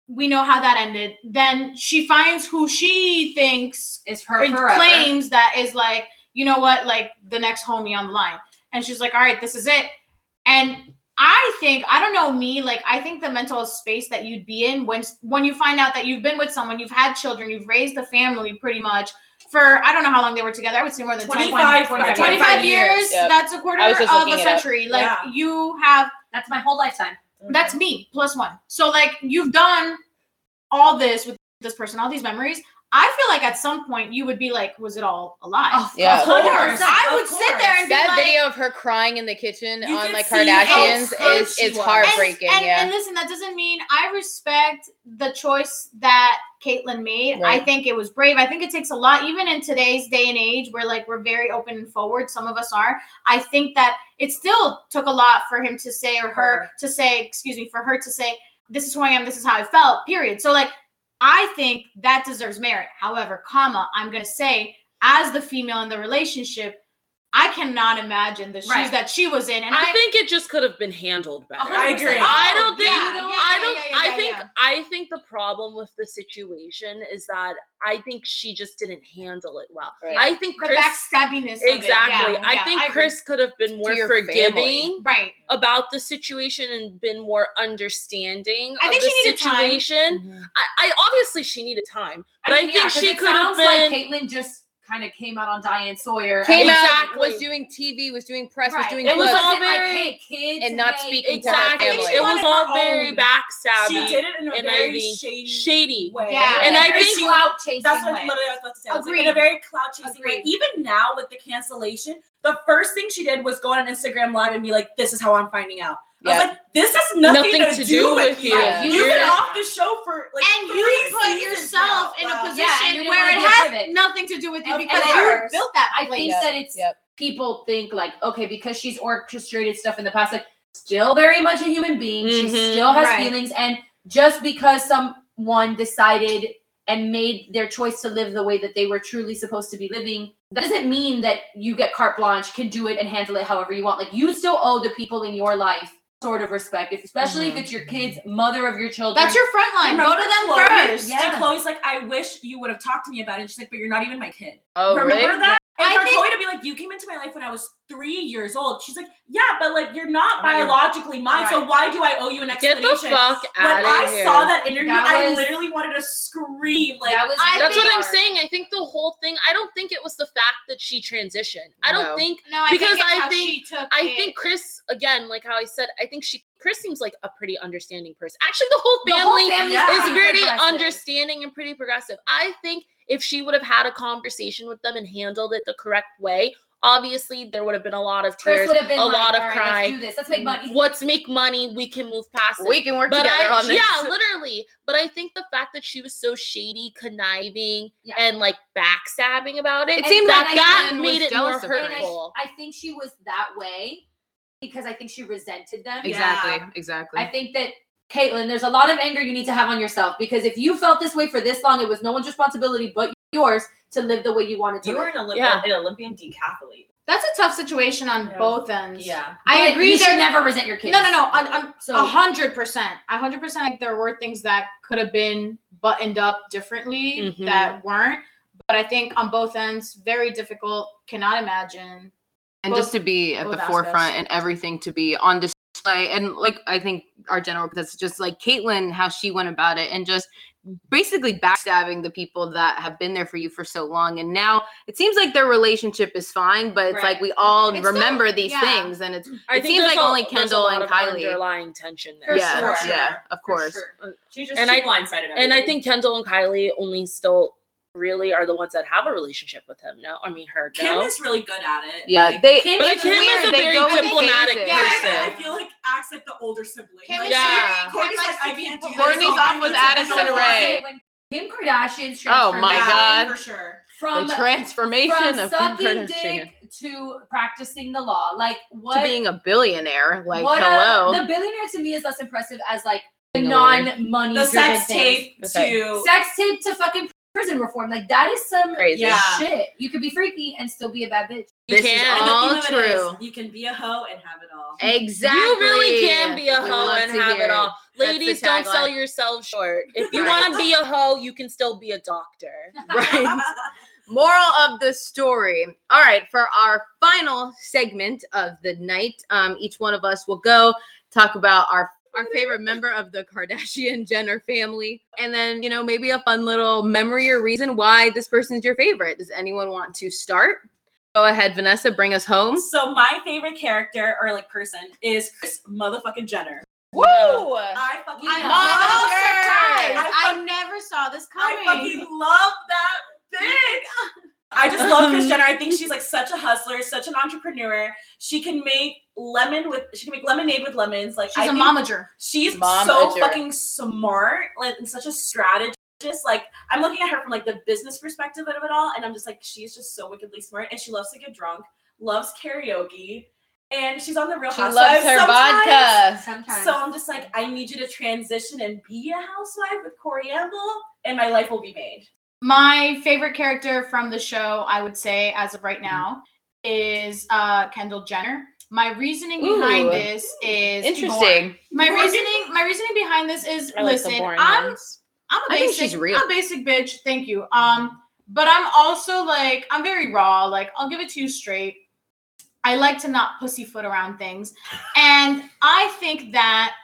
Speaker 6: We know how that ended. Then she finds who she thinks
Speaker 2: It's her
Speaker 6: or
Speaker 2: forever.
Speaker 6: claims that is like, you know what, like the next homie on the line. And she's like, all right, this is it. And I think, I don't know me, like I think the mental space that you'd be in when when you find out that you've been with someone, you've had children, you've raised a family pretty much for I don't know how long they were together. I would say more than
Speaker 5: 25,
Speaker 2: 25.
Speaker 6: 25 years,
Speaker 7: Yep.
Speaker 6: that's a quarter
Speaker 7: I was
Speaker 6: of
Speaker 7: just
Speaker 6: a
Speaker 7: looking it up.
Speaker 6: century. Like
Speaker 5: Yeah.
Speaker 6: you have
Speaker 2: That's my whole lifetime.
Speaker 6: that's me plus one. So like you've done all this with this person, all these memories. I feel like at some point you would be like, was it all a lie?
Speaker 9: Yeah.
Speaker 5: Of course.
Speaker 6: I would
Speaker 5: Of
Speaker 6: sit there and be
Speaker 9: that
Speaker 6: like,
Speaker 9: video of her crying in the kitchen
Speaker 5: You
Speaker 9: on
Speaker 5: could
Speaker 9: like
Speaker 5: see how
Speaker 9: Kardashians
Speaker 5: scared
Speaker 9: is
Speaker 5: she
Speaker 9: it's
Speaker 5: was.
Speaker 9: heartbreaking.
Speaker 6: And, and,
Speaker 9: yeah,
Speaker 6: and listen, that doesn't mean I respect the choice that Caitlyn made. I
Speaker 9: Right.
Speaker 6: think it was brave. I think it takes a lot, even in today's day and age where like we're very open and forward. Some of us are. I think that it still took a lot for him to say or her to say, excuse me, for her to say, this is who I am, this is how I felt, period. So like I think that deserves merit. However, comma, I'm gonna say, as the female in the relationship, I cannot imagine the shoes
Speaker 2: Right.
Speaker 6: that she was in. And
Speaker 7: I
Speaker 6: I,
Speaker 7: think it just could have been handled better.
Speaker 5: I agree.
Speaker 7: I don't think
Speaker 6: Yeah, yeah,
Speaker 7: I
Speaker 6: yeah,
Speaker 7: don't
Speaker 6: yeah, yeah,
Speaker 7: I think
Speaker 6: yeah.
Speaker 7: I think the problem with the situation is that I think she just didn't handle it well.
Speaker 9: Right.
Speaker 7: I think
Speaker 6: the
Speaker 7: Chris
Speaker 6: backstabbiness. of it.
Speaker 7: Exactly.
Speaker 6: Yeah,
Speaker 7: I
Speaker 6: yeah,
Speaker 7: think
Speaker 6: agree.
Speaker 7: Chris could have been more
Speaker 9: your
Speaker 7: forgiving
Speaker 9: family.
Speaker 6: Right.
Speaker 7: about the situation and been more understanding
Speaker 6: I
Speaker 7: of
Speaker 6: think
Speaker 7: the
Speaker 6: she needed time.
Speaker 7: situation.
Speaker 9: Mhm.
Speaker 7: I, I obviously she needed time, but I,
Speaker 2: mean, yeah,
Speaker 7: think
Speaker 2: 'cause
Speaker 7: she
Speaker 2: it
Speaker 7: could have
Speaker 2: sounds
Speaker 7: been.
Speaker 2: Like Caitlyn just kind of came out on Diane Sawyer.
Speaker 9: came out
Speaker 7: Exactly.
Speaker 9: was doing TV, was doing press,
Speaker 6: Right.
Speaker 9: was doing
Speaker 7: It was
Speaker 9: books.
Speaker 7: all
Speaker 2: Wasn't like,
Speaker 7: very-
Speaker 2: hey, kids,
Speaker 9: and not
Speaker 2: hey,
Speaker 9: speaking to her
Speaker 7: Exactly.
Speaker 9: family.
Speaker 7: It was
Speaker 5: She
Speaker 7: all
Speaker 5: wanted her
Speaker 7: very
Speaker 5: own.
Speaker 7: backstabbing,
Speaker 5: She did it in a
Speaker 7: And I
Speaker 5: very
Speaker 7: mean,
Speaker 5: shady,
Speaker 7: shady.
Speaker 5: way.
Speaker 6: Yeah.
Speaker 7: And
Speaker 5: In a
Speaker 7: I
Speaker 5: very
Speaker 7: think-
Speaker 5: shady-
Speaker 2: out chasing
Speaker 5: that's what
Speaker 2: way.
Speaker 5: literally I was about to say. I was like,
Speaker 6: Agreed.
Speaker 5: in a very cloud chasing way.
Speaker 6: Agreed.
Speaker 5: Even now with the cancellation, the first thing she did was go on Instagram Live and be like, "This is how I'm finding out." I was like, "This has nothing,
Speaker 7: Nothing to do with you.
Speaker 9: Yeah.
Speaker 5: You've
Speaker 7: You're
Speaker 5: been
Speaker 7: not-
Speaker 5: off the show for like
Speaker 6: and
Speaker 5: three
Speaker 6: you put
Speaker 5: seasons
Speaker 6: yourself
Speaker 5: now.
Speaker 6: in
Speaker 5: Wow.
Speaker 6: a
Speaker 5: Yeah.
Speaker 2: and
Speaker 6: position
Speaker 2: you didn't
Speaker 6: where
Speaker 2: wanna
Speaker 6: it
Speaker 2: get
Speaker 6: has
Speaker 2: rid of it.
Speaker 6: nothing to do with you
Speaker 2: Of
Speaker 6: because you
Speaker 2: course.
Speaker 6: built that.
Speaker 2: I
Speaker 6: place.
Speaker 2: think
Speaker 9: Yep,
Speaker 2: that it's
Speaker 9: yep.
Speaker 2: people think like, okay, because she's orchestrated stuff in the past, like still very much a human being. She
Speaker 7: Mhm.
Speaker 2: still has
Speaker 6: Right.
Speaker 2: feelings, and just because someone decided and made their choice to live the way that they were truly supposed to be living, that doesn't mean that you get carte blanche, can do it and handle it however you want. Like you still owe the people in your life sort of respect, if- especially
Speaker 7: Mm-hmm.
Speaker 2: if it's your kids, mother of your children.
Speaker 6: That's your front line. Go
Speaker 5: Remember
Speaker 6: to them
Speaker 5: Chloe?
Speaker 6: first.
Speaker 2: Yeah.
Speaker 5: And Chloe's like, I wish you would have talked to me about it. And she's like, but you're not even my kid.
Speaker 9: Oh,
Speaker 5: Remember
Speaker 9: really?
Speaker 5: that? And
Speaker 6: I
Speaker 5: for
Speaker 6: think-
Speaker 5: Chloe to be like, you came into my life when I was three years old. She's like, yeah, but like you're not
Speaker 2: Right.
Speaker 5: biologically mine, so why do I owe you an
Speaker 7: Get
Speaker 5: explanation?
Speaker 7: the fuck
Speaker 5: when
Speaker 7: out
Speaker 5: I
Speaker 7: of here.
Speaker 5: saw that interview,
Speaker 2: That
Speaker 5: I
Speaker 2: was-
Speaker 5: literally wanted to scream. Like,
Speaker 2: that was
Speaker 6: I
Speaker 7: That's
Speaker 6: think-
Speaker 7: what I'm saying. I think the whole thing. I don't think it was the fact that she transitioned. I don't
Speaker 9: No.
Speaker 7: think.
Speaker 6: No, I
Speaker 7: Because
Speaker 6: think it's
Speaker 7: I
Speaker 6: how
Speaker 7: think-
Speaker 6: she took
Speaker 7: I
Speaker 6: it.
Speaker 7: think Chris again, like how I said, I think she Chris seems like a pretty understanding person. Actually, the whole
Speaker 2: The whole
Speaker 7: family,
Speaker 2: family's
Speaker 5: yeah.
Speaker 7: is
Speaker 2: pretty
Speaker 7: pretty
Speaker 2: progressive.
Speaker 7: understanding and pretty progressive. I think if she would have had a conversation with them and handled it the correct way, obviously there would have been a lot of
Speaker 2: Chris
Speaker 7: tears.
Speaker 2: would have been
Speaker 7: a
Speaker 2: like,
Speaker 7: lot of
Speaker 2: "All right,
Speaker 7: crying.
Speaker 2: Let's do this. Let's make money.
Speaker 7: Let's make money. We can move past it.
Speaker 9: We can
Speaker 1: *laughs*
Speaker 9: work
Speaker 7: But
Speaker 9: together
Speaker 7: I,
Speaker 9: on this.
Speaker 7: yeah, literally. But I think the fact that she was so shady, conniving,
Speaker 2: Yeah.
Speaker 7: and like backstabbing about it,
Speaker 2: It seemed
Speaker 7: that
Speaker 2: like
Speaker 7: that
Speaker 9: Diane was
Speaker 7: made it more
Speaker 9: jealous of her.
Speaker 7: hurtful.
Speaker 2: I think she was that way because I think she resented them.
Speaker 1: Exactly.
Speaker 5: Yeah.
Speaker 1: Exactly.
Speaker 2: I think that Caitlin, there's a lot of anger you need to have on yourself because if you felt this way for this long, it was no one's responsibility but yours to live the way you wanted to
Speaker 5: you were
Speaker 2: live.
Speaker 5: an, Olymp-
Speaker 7: Yeah.
Speaker 5: an Olympian decathlete.
Speaker 6: that's a tough situation on
Speaker 5: Yeah.
Speaker 6: both ends.
Speaker 5: Yeah.
Speaker 6: I
Speaker 2: But
Speaker 6: agree.
Speaker 2: You should
Speaker 6: There,
Speaker 2: never resent your kids.
Speaker 6: no, no, no. I'm, I'm
Speaker 2: So
Speaker 6: a hundred percent. A hundred percent. Like there were things that could have been buttoned up differently
Speaker 7: Mhm.
Speaker 6: that weren't. But I think on both ends, very difficult. Cannot imagine.
Speaker 1: and
Speaker 6: Both-
Speaker 1: just to be at
Speaker 6: both
Speaker 1: the
Speaker 6: aspects.
Speaker 1: forefront and everything to be on display and like i think our general that's just like caitlyn how she went about it and just basically backstabbing the people that have been there for you for so long and now it seems like their relationship is fine but it's
Speaker 2: Right.
Speaker 1: like we all
Speaker 6: It's
Speaker 1: remember
Speaker 6: still-
Speaker 1: these
Speaker 6: yeah.
Speaker 1: things and it's
Speaker 7: I
Speaker 1: It seems
Speaker 7: there's
Speaker 1: like only
Speaker 7: there's
Speaker 1: Kendall
Speaker 7: lot
Speaker 1: and
Speaker 7: of
Speaker 1: Kylie.
Speaker 7: underlying tension there.
Speaker 5: For
Speaker 1: yeah
Speaker 5: sure.
Speaker 1: yeah of course
Speaker 5: She just
Speaker 7: And
Speaker 5: she
Speaker 7: I-
Speaker 5: blindsided
Speaker 7: And I
Speaker 5: everybody.
Speaker 7: think Kendall and Kylie only still really are the ones that have a relationship with him. No, I mean her.
Speaker 5: Kim
Speaker 7: No,
Speaker 5: is really good at it.
Speaker 1: yeah they
Speaker 6: Kim
Speaker 7: but
Speaker 6: is
Speaker 7: Kim
Speaker 6: weird.
Speaker 7: is a
Speaker 1: They
Speaker 7: very
Speaker 1: go in
Speaker 7: diplomatic
Speaker 1: phases.
Speaker 6: Yeah, I-
Speaker 7: person.
Speaker 5: I feel like acts like the older sibling.
Speaker 6: Kim
Speaker 5: Like,
Speaker 6: is
Speaker 7: Yeah.
Speaker 6: very-
Speaker 5: Courtney's
Speaker 6: Kim
Speaker 5: like,
Speaker 6: likes to
Speaker 5: I
Speaker 6: keep
Speaker 5: can't do this.
Speaker 1: Courtney's
Speaker 5: I'll
Speaker 1: off
Speaker 5: do
Speaker 1: with
Speaker 5: this.
Speaker 1: Addison
Speaker 5: I'll do this.
Speaker 1: Rae.
Speaker 2: When Kim Kardashian's
Speaker 1: Oh my
Speaker 2: transformation-
Speaker 1: God.
Speaker 5: For sure.
Speaker 2: from
Speaker 4: The transformation
Speaker 2: from
Speaker 4: of being Kardashian
Speaker 2: sucking
Speaker 4: to
Speaker 2: dick to practicing the law. Like what?
Speaker 4: being a billionaire. Like,
Speaker 2: what
Speaker 4: hello.
Speaker 2: A, the billionaire to me is less impressive as like the
Speaker 4: Being a
Speaker 2: non-money
Speaker 5: The sex
Speaker 2: driven
Speaker 5: tape
Speaker 4: The sex-
Speaker 5: to
Speaker 2: things. sex tape to fucking prison reform. Like that is some
Speaker 4: Crazy.
Speaker 5: Yeah.
Speaker 2: shit. You could be freaky and still be a bad bitch.
Speaker 4: This is
Speaker 5: I
Speaker 4: can.
Speaker 5: know
Speaker 4: all
Speaker 5: even it is,
Speaker 4: true.
Speaker 5: You can be a hoe and have it all.
Speaker 4: Exactly.
Speaker 7: You really can be a
Speaker 4: We
Speaker 7: hoe
Speaker 4: love
Speaker 7: and
Speaker 4: to
Speaker 7: have
Speaker 4: hear
Speaker 7: it all.
Speaker 4: That's the
Speaker 7: Ladies, don't sell
Speaker 4: tagline.
Speaker 7: yourselves short. If you
Speaker 4: Right.
Speaker 7: want to be a hoe, you can still be a doctor. *laughs*
Speaker 4: Right. Moral of the story. All right, for our final segment of the night, um, each one of us will go talk about our our favorite member of the Kardashian *laughs* Jenner family, and then you know maybe a fun little memory or reason why this person's your favorite. Does anyone want to start? Go ahead, Vanessa. Bring us home.
Speaker 5: So my favorite character or like person is Chris motherfucking Jenner.
Speaker 4: Woo!
Speaker 5: I fucking
Speaker 6: I'm
Speaker 5: love
Speaker 6: so
Speaker 5: I,
Speaker 6: surprised. I never saw this
Speaker 5: fuck- I
Speaker 6: coming.
Speaker 5: fucking love that thing. *laughs* I just love
Speaker 1: Um,
Speaker 5: Chris Jenner.
Speaker 1: *laughs*
Speaker 5: I think she's like such a hustler, such an entrepreneur. She can make lemon with she can make lemonade with lemons. Like I
Speaker 6: She's a
Speaker 5: think
Speaker 6: momager.
Speaker 5: She's
Speaker 4: Mom
Speaker 5: so
Speaker 4: Edger.
Speaker 5: fucking smart, like and such a strategist. Like I'm looking at her from like the business perspective of it all, and I'm just like, she's just so wickedly smart, and she loves to get drunk, loves karaoke, and she's on the Real
Speaker 1: She
Speaker 5: Housewives
Speaker 1: loves her
Speaker 5: sometimes.
Speaker 1: vodka.
Speaker 2: Sometimes.
Speaker 5: So I'm just like, I need you to transition and be a housewife with Corey Campbell, and my life will be made.
Speaker 6: My favorite character from the show, I would say, as of right now, is uh, Kendall Jenner. My reasoning behind
Speaker 4: Ooh.
Speaker 6: this is boring.
Speaker 4: Interesting.
Speaker 6: My reasoning, my reasoning behind this is
Speaker 7: I like the
Speaker 6: listen,
Speaker 7: boring
Speaker 6: I'm
Speaker 7: ones.
Speaker 6: I'm a
Speaker 4: I
Speaker 6: basic.
Speaker 4: think she's real.
Speaker 6: I'm a basic bitch. Thank you. Um, but I'm also like I'm very raw. Like I'll give it to you straight. I like to not pussyfoot around things, and I think that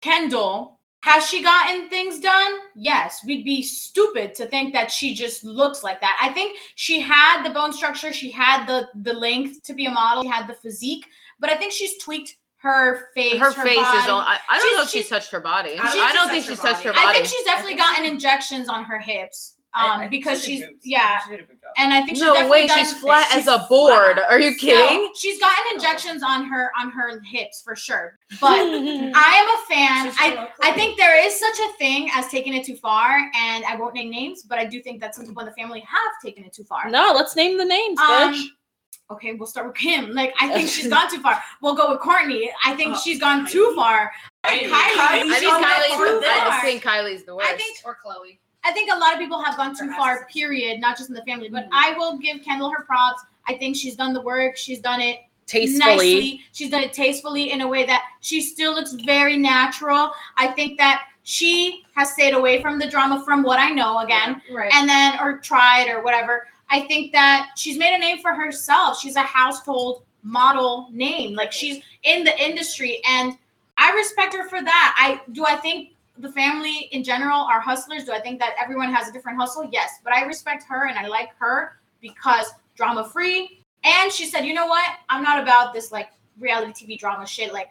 Speaker 6: Kendall has she gotten things done? Yes. We'd be stupid to think that she just looks like that. I think she had the bone structure. She had the the length to be a model. She had the physique, but I think she's tweaked her face.
Speaker 4: Her face is
Speaker 6: body.
Speaker 4: all. I, I don't
Speaker 6: She's-
Speaker 4: know if she's,
Speaker 6: she's-
Speaker 4: touched her body.
Speaker 5: I
Speaker 4: I
Speaker 5: don't
Speaker 4: don't,
Speaker 5: think she's
Speaker 4: think
Speaker 5: touched
Speaker 4: she's touched
Speaker 5: her
Speaker 4: her
Speaker 5: body.
Speaker 4: body.
Speaker 6: I think she's definitely gotten injections on her hips. Um, because she's yeah, and I think she's
Speaker 4: no
Speaker 6: definitely
Speaker 4: way.
Speaker 6: done-
Speaker 4: She's flat as
Speaker 6: she's
Speaker 4: a board.
Speaker 6: flat.
Speaker 4: Are you kidding?
Speaker 6: No, she's gotten injections on her on her hips
Speaker 4: *laughs*
Speaker 6: for sure. But I am a fan. I I think there is such a thing as taking it too far, and I won't name names, but I do think that some people in the family have taken it too far.
Speaker 7: No, let's name the names,
Speaker 6: Um,
Speaker 7: bitch.
Speaker 6: Okay, we'll start with Kim. Like I
Speaker 4: *laughs*
Speaker 6: think she's gone too far. We'll go with Courtney. Oh, I think she's gone too far. Kylie.
Speaker 5: Kylie.
Speaker 4: I
Speaker 5: she's
Speaker 4: think
Speaker 5: on that
Speaker 4: Kylie's.
Speaker 5: board
Speaker 4: The, I
Speaker 5: there.
Speaker 4: just think Kylie's the worst.
Speaker 6: I think
Speaker 2: or Chloe.
Speaker 6: I think a lot of people have gone too far, period, not just in the family. But I will give Kendall her props. I think she's done the work. She's done it
Speaker 7: Tastefully.
Speaker 6: nicely. She's done it tastefully in a way that she still looks very natural. I think that she has stayed away from the drama from what I know again.
Speaker 2: Right.
Speaker 6: And then or tried or whatever. I think that she's made a name for herself. She's a household model name. Like she's in the industry and I respect her for that. I do I think the family in general are hustlers. Do I think that everyone has a different hustle? Yes, but I respect her and I like her because drama free. And she said, you know what? I'm not about this like reality TV drama shit. Like,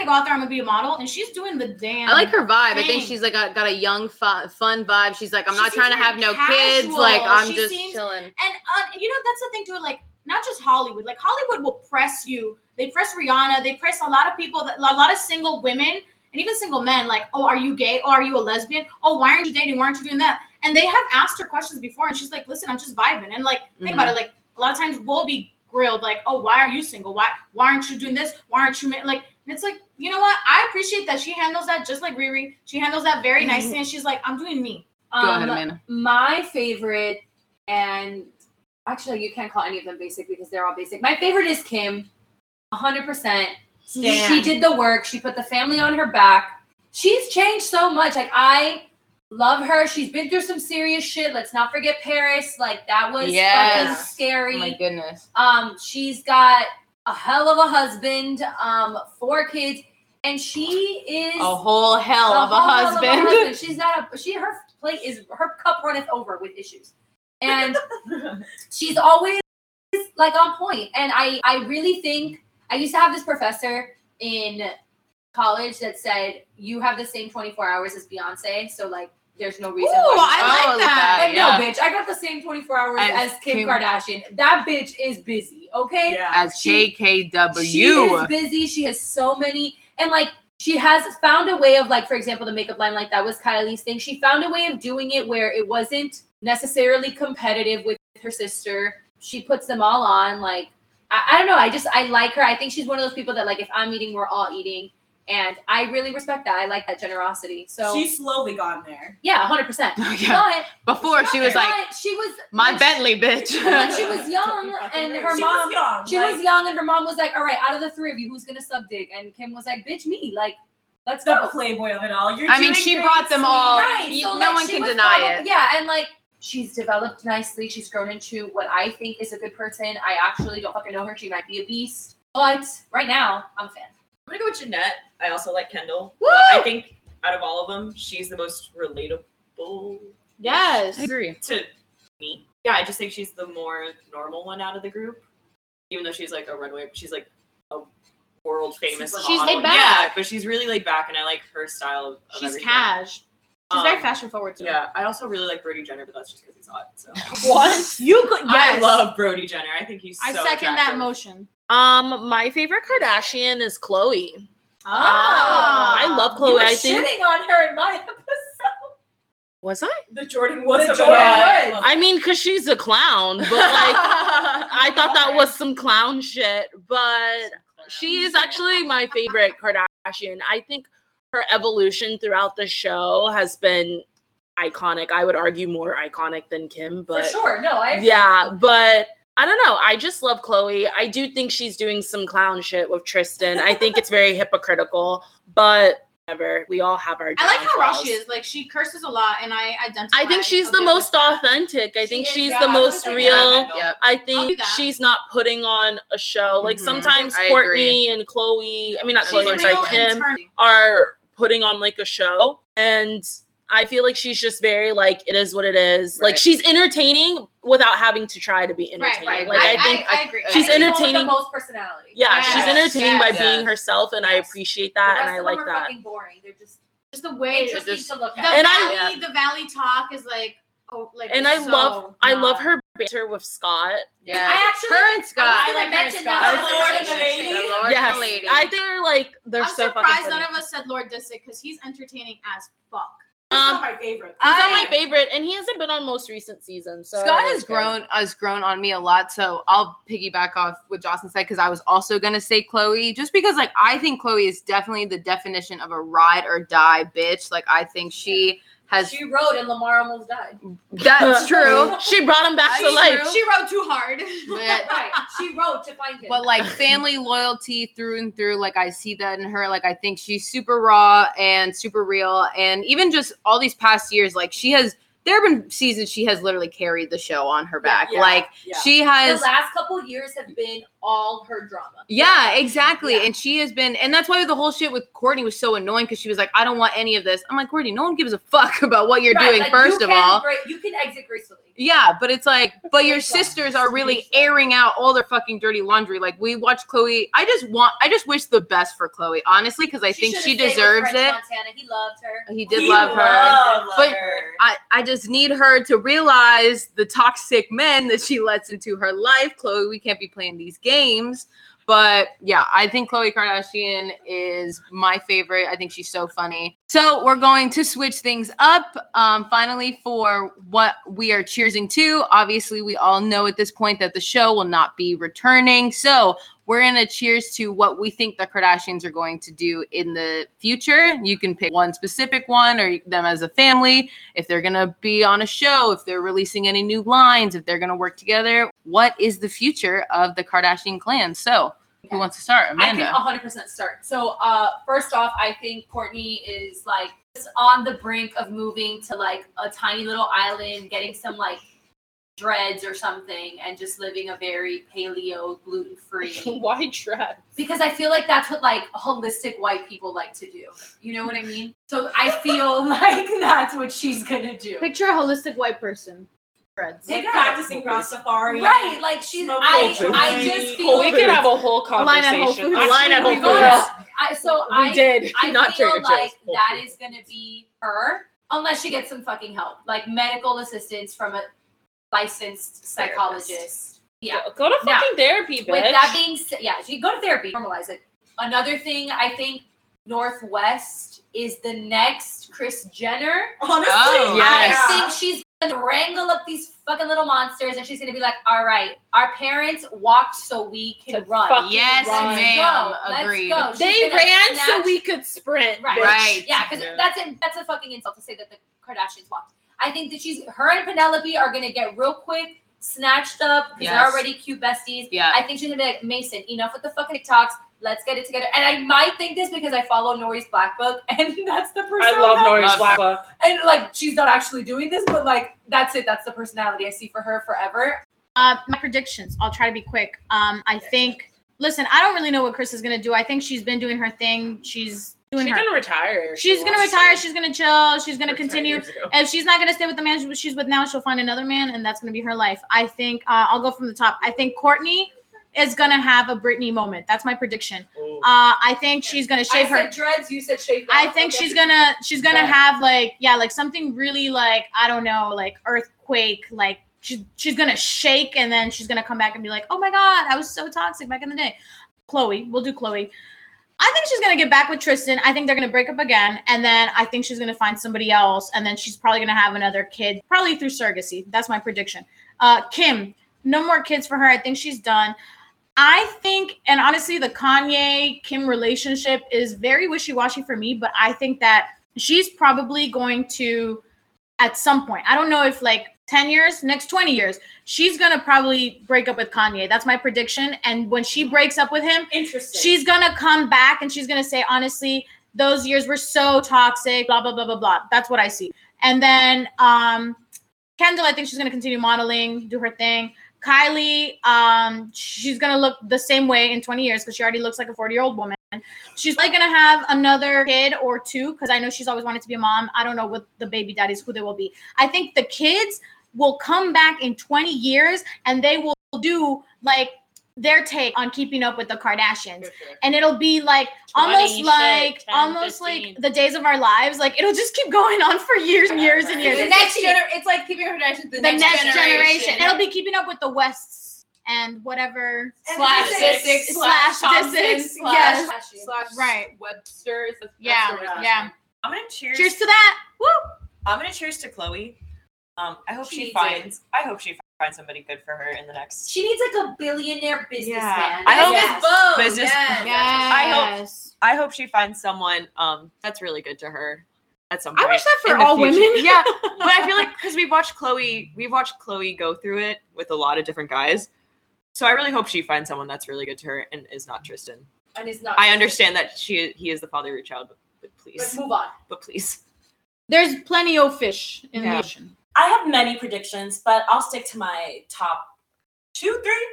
Speaker 6: I'm gonna go out there, I'm gonna be a model, and she's doing the damn.
Speaker 4: I like her vibe. I
Speaker 6: Dang.
Speaker 4: think she's like a, got a young, fu- fun vibe. She's like, I'm
Speaker 6: She
Speaker 4: not trying to
Speaker 6: seems
Speaker 4: have no
Speaker 6: very
Speaker 4: kids. Like,
Speaker 6: casual.
Speaker 4: I'm
Speaker 6: She
Speaker 4: just
Speaker 6: seems-
Speaker 4: chilling.
Speaker 6: And uh, you know, that's the thing too. Like, not just Hollywood. Like Hollywood will press you. They press Rihanna. They press a lot of people. That, a lot of single women and even single men. Like, oh, are you gay? Oh, are you a lesbian? Oh, why aren't you dating? Why aren't you doing that? And they have asked her questions before, and she's like, listen, I'm just vibing. And like, think about it. Like, a lot of times we'll be grilled. Like, oh, why are you single? Why why aren't you doing this? Why aren't you ma-" like? And it's like, you know what? I appreciate that she handles that just like Riri. She handles that very nicely, and she's like, I'm doing me.
Speaker 2: Um,
Speaker 4: Go ahead, Amanda.
Speaker 2: my favorite and actually you can't call any of them basic because they're all basic my favorite is kim 100% she did the work she put the family on her back she's changed so much like i love her she's been through some serious shit let's not forget paris like that was fucking
Speaker 1: Yes.
Speaker 2: scary
Speaker 1: Oh my goodness.
Speaker 2: um, she's got a hell of a husband, um, four kids, and she is
Speaker 4: A whole hell of a
Speaker 2: hell
Speaker 4: husband.
Speaker 2: *laughs* She's not a she. Her plate is her cup runneth over with issues, *laughs* and she's always like on point. And I I really think I used to have this professor in college that said you have the same 24 hours as Beyonce, so like there's no reason.
Speaker 6: Ooh,
Speaker 2: why you
Speaker 6: I
Speaker 4: Oh,
Speaker 6: like that.
Speaker 2: and
Speaker 4: yeah.
Speaker 2: no, bitch, I got the same 24 hours as,
Speaker 4: As
Speaker 2: Kim,
Speaker 4: Kim-
Speaker 2: Kardashian. That bitch is busy, okay?
Speaker 5: Yeah.
Speaker 4: As
Speaker 2: She- She is
Speaker 4: JKW.
Speaker 2: busy. She has so many, and like she has found a way of like, for example, the makeup line, like that was Kylie's thing. She found a way of doing it where it wasn't necessarily competitive with her sister. She puts them all on. Like I, I don't know. I just I like her. I think she's one of those people that like if I'm eating, we're all eating, and I really respect that. I like that generosity. So
Speaker 5: She's slowly gone there.
Speaker 2: yeah, 100. percent
Speaker 4: *laughs* Yeah. Before she was like,
Speaker 2: she was
Speaker 4: my
Speaker 2: when
Speaker 4: Bentley,
Speaker 2: *laughs* She, when
Speaker 4: bitch. *laughs*
Speaker 2: she was young and her
Speaker 5: she
Speaker 2: mom.
Speaker 5: was young.
Speaker 2: She
Speaker 5: like,
Speaker 2: was young, and her mom was like, "All right, out of the three of you, who's gonna sub dig?" And Kim was like, "Bitch, me. Like, let's
Speaker 5: the
Speaker 2: go."
Speaker 5: playboy of it all. You're
Speaker 4: I mean,
Speaker 5: doing
Speaker 4: she
Speaker 5: great,
Speaker 4: brought them all.
Speaker 5: sweetie.
Speaker 2: Right.
Speaker 4: You-
Speaker 2: So,
Speaker 4: no
Speaker 2: like,
Speaker 4: one
Speaker 2: she
Speaker 4: can
Speaker 2: was
Speaker 4: deny
Speaker 2: probably-
Speaker 4: it.
Speaker 2: Yeah, and like she's developed nicely. She's grown into what I think is a good person. I actually don't fucking know her. She might be a beast, but right now I'm a fan.
Speaker 3: I'm gonna go with Jeanette. I also like Kendall.
Speaker 5: Oh!
Speaker 2: Woo!
Speaker 3: But I think out of all of them, she's the most relatable
Speaker 6: Yes.
Speaker 8: agree.
Speaker 3: to me. Yeah, I just think she's the more normal one out of the group. Even though she's like a runway, she's like a world famous.
Speaker 5: She's
Speaker 3: model.
Speaker 6: laid back.
Speaker 3: Yeah, but she's really laid back, and I like her style of. of
Speaker 6: She's
Speaker 3: everything.
Speaker 6: cash. She's very
Speaker 3: Um,
Speaker 6: fashion forward too.
Speaker 3: Yeah, I also really like Brody Jenner, but that's just because he's hot. So
Speaker 7: What?
Speaker 6: You could.
Speaker 3: I love Brody Jenner. I think he's.
Speaker 6: I
Speaker 3: so
Speaker 6: second that
Speaker 3: attractive.
Speaker 6: motion.
Speaker 7: Um, my favorite Kardashian is Chloe.
Speaker 4: Ah.
Speaker 7: I love
Speaker 2: You
Speaker 7: Chloe.
Speaker 2: were
Speaker 7: I think
Speaker 2: shitting on her in my *laughs* episode.
Speaker 7: was I?
Speaker 5: The Jordan Woods.
Speaker 2: The
Speaker 5: of it
Speaker 2: Jordan
Speaker 5: all.
Speaker 2: Woods.
Speaker 7: I mean, cause she's a clown,
Speaker 2: *laughs*
Speaker 7: but like I thought that was some clown shit. But she is actually my favorite Kardashian. I think her evolution throughout the show has been iconic. I would argue more iconic than Kim, but
Speaker 2: For sure. No, I.
Speaker 7: yeah, but I don't know. I just love Chloe. I do think she's doing some clown shit with Tristan. I think it's
Speaker 6: *laughs*
Speaker 7: very hypocritical, but whatever. We all have our.
Speaker 6: I like
Speaker 7: down
Speaker 6: how raw
Speaker 7: flaws.
Speaker 6: she is. Like she curses a lot, and I identify.
Speaker 7: I think she's
Speaker 6: a
Speaker 7: the
Speaker 6: bit
Speaker 7: most
Speaker 6: with that.
Speaker 7: authentic. I think
Speaker 2: is,
Speaker 7: she's
Speaker 2: yeah,
Speaker 7: the
Speaker 2: I was
Speaker 7: most
Speaker 2: gonna say
Speaker 7: real.
Speaker 3: Yeah,
Speaker 8: Yep.
Speaker 7: I
Speaker 6: I'll do
Speaker 7: think
Speaker 6: that. Mm-hmm.
Speaker 7: she's not putting on a show. Like
Speaker 8: Mhm.
Speaker 7: sometimes
Speaker 8: I
Speaker 7: Courtney and Chloe, I mean not
Speaker 8: She's
Speaker 7: Chloe,
Speaker 8: real
Speaker 7: I'm sorry,
Speaker 8: and
Speaker 7: Kim
Speaker 6: internally.
Speaker 7: are putting on like a show. And I feel like she's just very like it is what it is. Like
Speaker 8: Right.
Speaker 7: she's entertaining without having to try to be
Speaker 6: Right,
Speaker 7: entertaining.
Speaker 6: right.
Speaker 7: Like I,
Speaker 6: I,
Speaker 7: think
Speaker 6: I, I agree.
Speaker 7: she's
Speaker 2: I think the one with
Speaker 7: entertaining.
Speaker 2: The most personality.
Speaker 7: yeah,
Speaker 6: Yes,
Speaker 7: she's entertaining by
Speaker 6: yes,
Speaker 7: being
Speaker 8: yes.
Speaker 7: herself and I
Speaker 2: Yes.
Speaker 7: appreciate
Speaker 2: The
Speaker 7: that
Speaker 2: rest
Speaker 7: and I
Speaker 2: of
Speaker 7: like
Speaker 2: them are
Speaker 7: that.
Speaker 2: fucking boring. They're just
Speaker 6: just the way
Speaker 2: interesting
Speaker 6: the
Speaker 2: to look
Speaker 6: the
Speaker 2: at.
Speaker 7: And I-
Speaker 6: valley, the valley talk is like, oh, like.
Speaker 7: And I
Speaker 6: so
Speaker 7: love I
Speaker 6: not-
Speaker 7: love her banter with Scott.
Speaker 8: Yeah.
Speaker 2: I actually.
Speaker 8: Her and Scott.
Speaker 2: I was gonna
Speaker 6: I like Mary
Speaker 2: mention that.
Speaker 5: Scott.
Speaker 2: I was
Speaker 5: I
Speaker 2: gonna
Speaker 5: like
Speaker 2: mention
Speaker 5: Mary
Speaker 2: that.
Speaker 5: Scott.
Speaker 8: Lord
Speaker 7: yes.
Speaker 8: lady.
Speaker 7: I think they're like they're
Speaker 6: I'm
Speaker 7: so
Speaker 6: surprised
Speaker 7: fucking
Speaker 6: none
Speaker 7: funny.
Speaker 6: of us said Lord Disick because he's entertaining as fuck.
Speaker 5: He's
Speaker 7: Um,
Speaker 5: not my favorite.
Speaker 7: He's not
Speaker 1: I-
Speaker 7: my favorite, and he hasn't been on most recent seasons. So
Speaker 1: Scott has grown has grown on me a lot, so I'll piggyback off what Jocelyn said because I was also gonna say Chloe, just because like I think Chloe is definitely the definition of a ride or die bitch. Like I think she has
Speaker 2: She *laughs* wrote and Lamar almost died.
Speaker 1: *laughs*
Speaker 7: *laughs*
Speaker 1: that's true,
Speaker 7: She brought him back to
Speaker 8: That's
Speaker 7: life.
Speaker 8: true.
Speaker 6: She wrote too hard.
Speaker 1: but
Speaker 2: *laughs* Right. She wrote to find him. *laughs*
Speaker 1: but like family loyalty through and through. Like I see that in her. Like I think she's super raw and super real, and even just all these past years, like she has. There have been seasons she has literally carried the show on her back.
Speaker 5: yeah,
Speaker 1: like
Speaker 5: yeah.
Speaker 1: she
Speaker 2: the
Speaker 1: has
Speaker 2: last couple years have been all her drama.
Speaker 1: Yeah, exactly.
Speaker 2: Yeah.
Speaker 1: And she has been, and that's why the whole shit with Courtney was so annoying because she was like, I don't want any of this. I'm like, Courtney, no one gives a fuck *laughs* about what you're
Speaker 2: Right,
Speaker 1: doing,
Speaker 2: like,
Speaker 1: first
Speaker 2: you
Speaker 1: of
Speaker 2: can
Speaker 1: all.
Speaker 2: gra- you can exit gracefully.
Speaker 1: yeah, but it's
Speaker 2: *laughs*
Speaker 1: like, but your
Speaker 2: Yeah.
Speaker 1: sisters are really airing out all their fucking dirty laundry. Like, we watch Chloe. I just want, I just wish the best for Chloe, honestly, because I think
Speaker 2: should've
Speaker 1: she
Speaker 2: stayed with
Speaker 1: deserves
Speaker 2: French
Speaker 1: it.
Speaker 2: Montana. He loved her.
Speaker 1: He did
Speaker 5: He
Speaker 1: love her.
Speaker 5: loved
Speaker 1: But-
Speaker 5: her.
Speaker 1: I, I just need her to realize the toxic men that she lets into her life. Chloe, we can't be playing these games. But yeah, I think Chloe Kardashian is my favorite. I think she's so funny. So we're going to switch things up. Um, finally, for what we are cheersing to. Obviously, we all know at this point that the show will not be returning. So we're gonna cheers to what we think the Kardashians are going to do in the future. You can pick one specific one or them as a family if they're going to be on a show, if they're releasing any new lines, if they're going to work together. What is the future of the Kardashian clan? So, who wants to start?
Speaker 2: I
Speaker 1: Amanda.
Speaker 2: can 100% start. So, uh, first off, I think Courtney is like just on the brink of moving to like a tiny little island, getting some like dreads or something, and just living a very paleo,
Speaker 1: *laughs*
Speaker 2: gluten free.
Speaker 7: *laughs* Why try?
Speaker 2: because I feel like that's what like holistic white people like to do. You know what I mean? So I feel *laughs* like that's what she's gonna do.
Speaker 6: Picture a holistic white person. Dreads.
Speaker 5: Like
Speaker 2: Yeah.
Speaker 5: practicing Rastafari.
Speaker 2: Right, like she's.
Speaker 5: Smoke
Speaker 2: I,
Speaker 5: culture.
Speaker 2: I just feel.
Speaker 7: We could have a whole conversation.
Speaker 6: Foods.
Speaker 7: A line at Whole
Speaker 2: We will.
Speaker 7: Foods.
Speaker 2: I, so
Speaker 7: We
Speaker 2: I
Speaker 7: did.
Speaker 2: I
Speaker 7: Not
Speaker 2: feel
Speaker 7: Trader Joe's.
Speaker 2: like
Speaker 7: Whole
Speaker 2: that
Speaker 7: Foods.
Speaker 2: is going to be her, unless she gets some fucking help, like medical assistance from a licensed psychologist. Yeah.
Speaker 7: Go to
Speaker 2: Now,
Speaker 7: fucking therapy, bitch.
Speaker 2: With that being said, yeah, she go to therapy, normalize it. Another thing, I think Northwest is the next Chris Jenner.
Speaker 5: Honestly,
Speaker 1: Oh,
Speaker 5: yeah.
Speaker 2: I think she's gonna wrangle up these fucking little monsters, and she's gonna be like, "All right, our parents walked so we can
Speaker 7: To
Speaker 2: run.
Speaker 7: fucking
Speaker 1: Yes,
Speaker 7: run.
Speaker 1: ma'am.
Speaker 2: Go, let's
Speaker 1: Agreed.
Speaker 2: go. She's
Speaker 7: They
Speaker 2: gonna
Speaker 7: ran so
Speaker 2: snatch-
Speaker 7: we could sprint.
Speaker 2: Right.
Speaker 7: bitch.
Speaker 1: Right.
Speaker 2: Yeah, because
Speaker 7: Yeah.
Speaker 2: that's a that's a fucking insult to say that the Kardashians walked. I think that she's her and Penelope are gonna get real quick snatched up because they're
Speaker 1: Yes.
Speaker 2: already cute besties.
Speaker 1: Yeah.
Speaker 2: I think she's gonna be like Mason. Enough with the fucking TikToks. Let's get it together. And I might think this because I follow Nori's Black Book, *laughs* and that's the person.
Speaker 7: I love Nori's
Speaker 1: Love
Speaker 7: black book.
Speaker 2: And like, she's not actually doing this, but like, that's it. That's the personality I see for her forever.
Speaker 6: Uh, my predictions. I'll try to be quick. Um, I think. Listen, I don't really know what Chris is gonna do. I think she's been doing her thing. She's doing
Speaker 7: She's
Speaker 6: her.
Speaker 7: gonna retire. if she
Speaker 6: she's gonna
Speaker 7: wants to.
Speaker 6: retire. She's gonna chill. She's gonna
Speaker 7: Retired
Speaker 6: continue.
Speaker 7: years ago.
Speaker 6: If she's not gonna stay with the man she- she's with now, she'll find another man, and that's gonna be her life. I think. Uh, I'll go from the top. I think Courtney is gonna have a Britney moment. That's my prediction.
Speaker 7: Ooh.
Speaker 6: Uh, I think she's gonna shave
Speaker 2: I
Speaker 6: her.
Speaker 2: said dreads. You said shave.
Speaker 6: I think she's gonna she's gonna
Speaker 7: Right.
Speaker 6: have like yeah like something really like I don't know like earthquake like she's she's gonna shake and then she's gonna come back and be like oh my god I was so toxic back in the day. Chloe, we'll do Chloe. I think she's gonna get back with Tristan. I think they're gonna break up again, and then I think she's gonna find somebody else, and then she's probably gonna have another kid, probably through surrogacy. That's my prediction. Uh, Kim, no more kids for her. I think she's done. I think, and honestly, the Kanye Kim relationship is very wishy washy for me, but I think that she's probably going to, at some point, I don't know if like 10 years, next 20 years, she's going to probably break up with Kanye. That's my prediction. And when she breaks up with him,
Speaker 5: Interesting.
Speaker 6: she's gonna come back and she's gonna say, honestly, those years were so toxic, blah, blah, blah, blah, blah. That's what I see. And then um Kendall, I think she's gonna continue modeling, do her thing. Kylie, um, she's gonna look the same way in 20 years because she already looks like a 40-year-old woman. She's like gonna have another kid or two because I know she's always wanted to be a mom. I don't know what the baby daddies who they will be. I think the kids will come back in 20 years and they will do like their take on keeping up with the Kardashians. And it'll be like
Speaker 7: 20,
Speaker 6: almost
Speaker 7: shit,
Speaker 6: like
Speaker 7: 10,
Speaker 6: almost
Speaker 7: 15.
Speaker 6: like the days of our lives. Like it'll just keep *laughs* going on for years and years and years.
Speaker 1: The
Speaker 6: It's
Speaker 1: next
Speaker 6: just-
Speaker 1: gener- it's like keeping her Kardashians. The,
Speaker 6: the next, generation.
Speaker 1: generation.
Speaker 6: It'll be keeping up with the Wests and whatever
Speaker 1: Slash
Speaker 2: six,
Speaker 1: six,
Speaker 6: slash distance. Yes.
Speaker 1: Slash
Speaker 6: Right.
Speaker 1: Webster. That's- that's
Speaker 6: Yeah,
Speaker 1: the word.
Speaker 6: yeah.
Speaker 3: I'm gonna cheers.
Speaker 6: Cheers to that. Woo!
Speaker 3: I'm gonna cheers to Chloe. Um, I hope
Speaker 2: She
Speaker 3: she,
Speaker 2: needs
Speaker 3: finds. I hope she finds somebody good for her in the next.
Speaker 2: She needs like a billionaire businessman.
Speaker 3: Yeah. I hope- Business-
Speaker 1: yes.
Speaker 3: I I hope she finds someone um that's really good to her at some point.
Speaker 6: I wish that for
Speaker 3: in the
Speaker 6: all
Speaker 3: future.
Speaker 6: women.
Speaker 3: yeah, *laughs* but I feel like because we've watched Chloe, we've watched Chloe go through it with a lot of different guys. So I really hope she finds someone that's really good to her and is not Tristan.
Speaker 2: and it's not.
Speaker 3: I understand that she he is the father of your child, but, but
Speaker 2: Let's
Speaker 3: please,
Speaker 2: move on.
Speaker 3: but please.
Speaker 6: There's plenty of fish in
Speaker 3: Yeah.
Speaker 6: the ocean.
Speaker 5: I have many predictions, but I'll stick to my top two, three.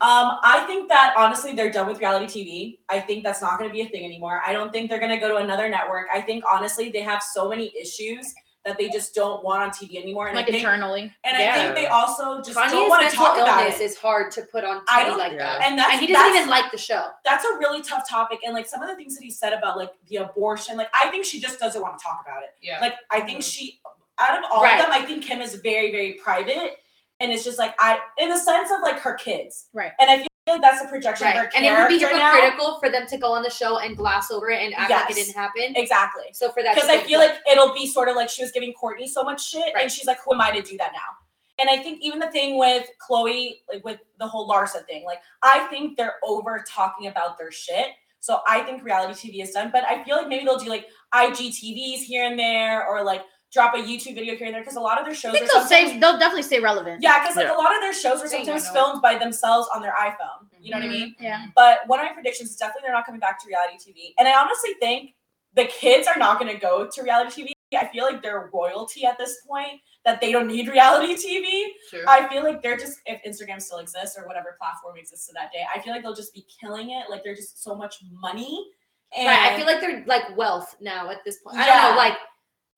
Speaker 5: Um, I think that honestly, they're done with reality TV. I think that's not going to be a thing anymore. I don't think they're going to go to another network. I think honestly, they have so many issues that they just don't want on TV anymore. And
Speaker 6: Like
Speaker 5: I think,
Speaker 6: internally.
Speaker 5: and I
Speaker 1: Yeah.
Speaker 5: think they also just don't
Speaker 2: Kanye's
Speaker 5: want to
Speaker 2: mental
Speaker 5: talk about
Speaker 2: illness
Speaker 5: it.
Speaker 2: is hard to put on
Speaker 5: I
Speaker 2: TV
Speaker 5: don't-
Speaker 2: like that.
Speaker 5: And that's
Speaker 2: And he
Speaker 5: that's-
Speaker 2: doesn't even like the show.
Speaker 5: that's a really tough topic. And like some of the things that he said about like the abortion, like I think she just doesn't want to talk about it.
Speaker 1: Yeah.
Speaker 5: Like I think she, out of all
Speaker 2: Right.
Speaker 5: of them, I think Kim is very, very private. And it's just like I, in the sense of like her kids.
Speaker 6: Right.
Speaker 5: And I feel like that's a projection of
Speaker 2: Right.
Speaker 5: her
Speaker 2: And it would be
Speaker 5: character now.
Speaker 2: hypocritical for them to go on the show and glass over it and act like it
Speaker 5: Yes.
Speaker 2: didn't happen.
Speaker 5: Exactly.
Speaker 2: So for that,
Speaker 5: Because
Speaker 2: she
Speaker 5: I
Speaker 2: didn't
Speaker 5: feel
Speaker 2: do it.
Speaker 5: like it'll be sort of like she was giving Courtney so much shit,
Speaker 2: Right.
Speaker 5: and she's like, "Who am I to do that now?" And I think even the thing with Chloe, like with the whole Larsa thing, like I think they're over talking about their shit. So I think reality TV is done, but I feel like maybe they'll do like IGTVs here and there, or like drop a YouTube video here and there, because a lot of their shows
Speaker 6: I think
Speaker 5: are
Speaker 6: they'll
Speaker 5: sometimes-
Speaker 6: stay. They'll definitely stay relevant.
Speaker 5: yeah, because like
Speaker 7: Yeah.
Speaker 5: a lot of their shows were
Speaker 2: They don't
Speaker 5: sometimes
Speaker 2: know. Mm-hmm.
Speaker 5: filmed by themselves on their iPhone. You know what I mean?
Speaker 6: Mm-hmm. Yeah.
Speaker 5: But one of my predictions is definitely they're not coming back to reality TV. And I honestly think the kids are not going to go to reality TV. I feel like they're royalty at this point, that they don't need reality TV.
Speaker 1: True.
Speaker 5: I feel like they're just, if Instagram still exists or whatever platform exists to that day, I feel like they'll just be killing it. Like they're just so much money. And
Speaker 2: Right, I feel like they're like wealth now at this point. I
Speaker 5: Yeah.
Speaker 2: don't know, like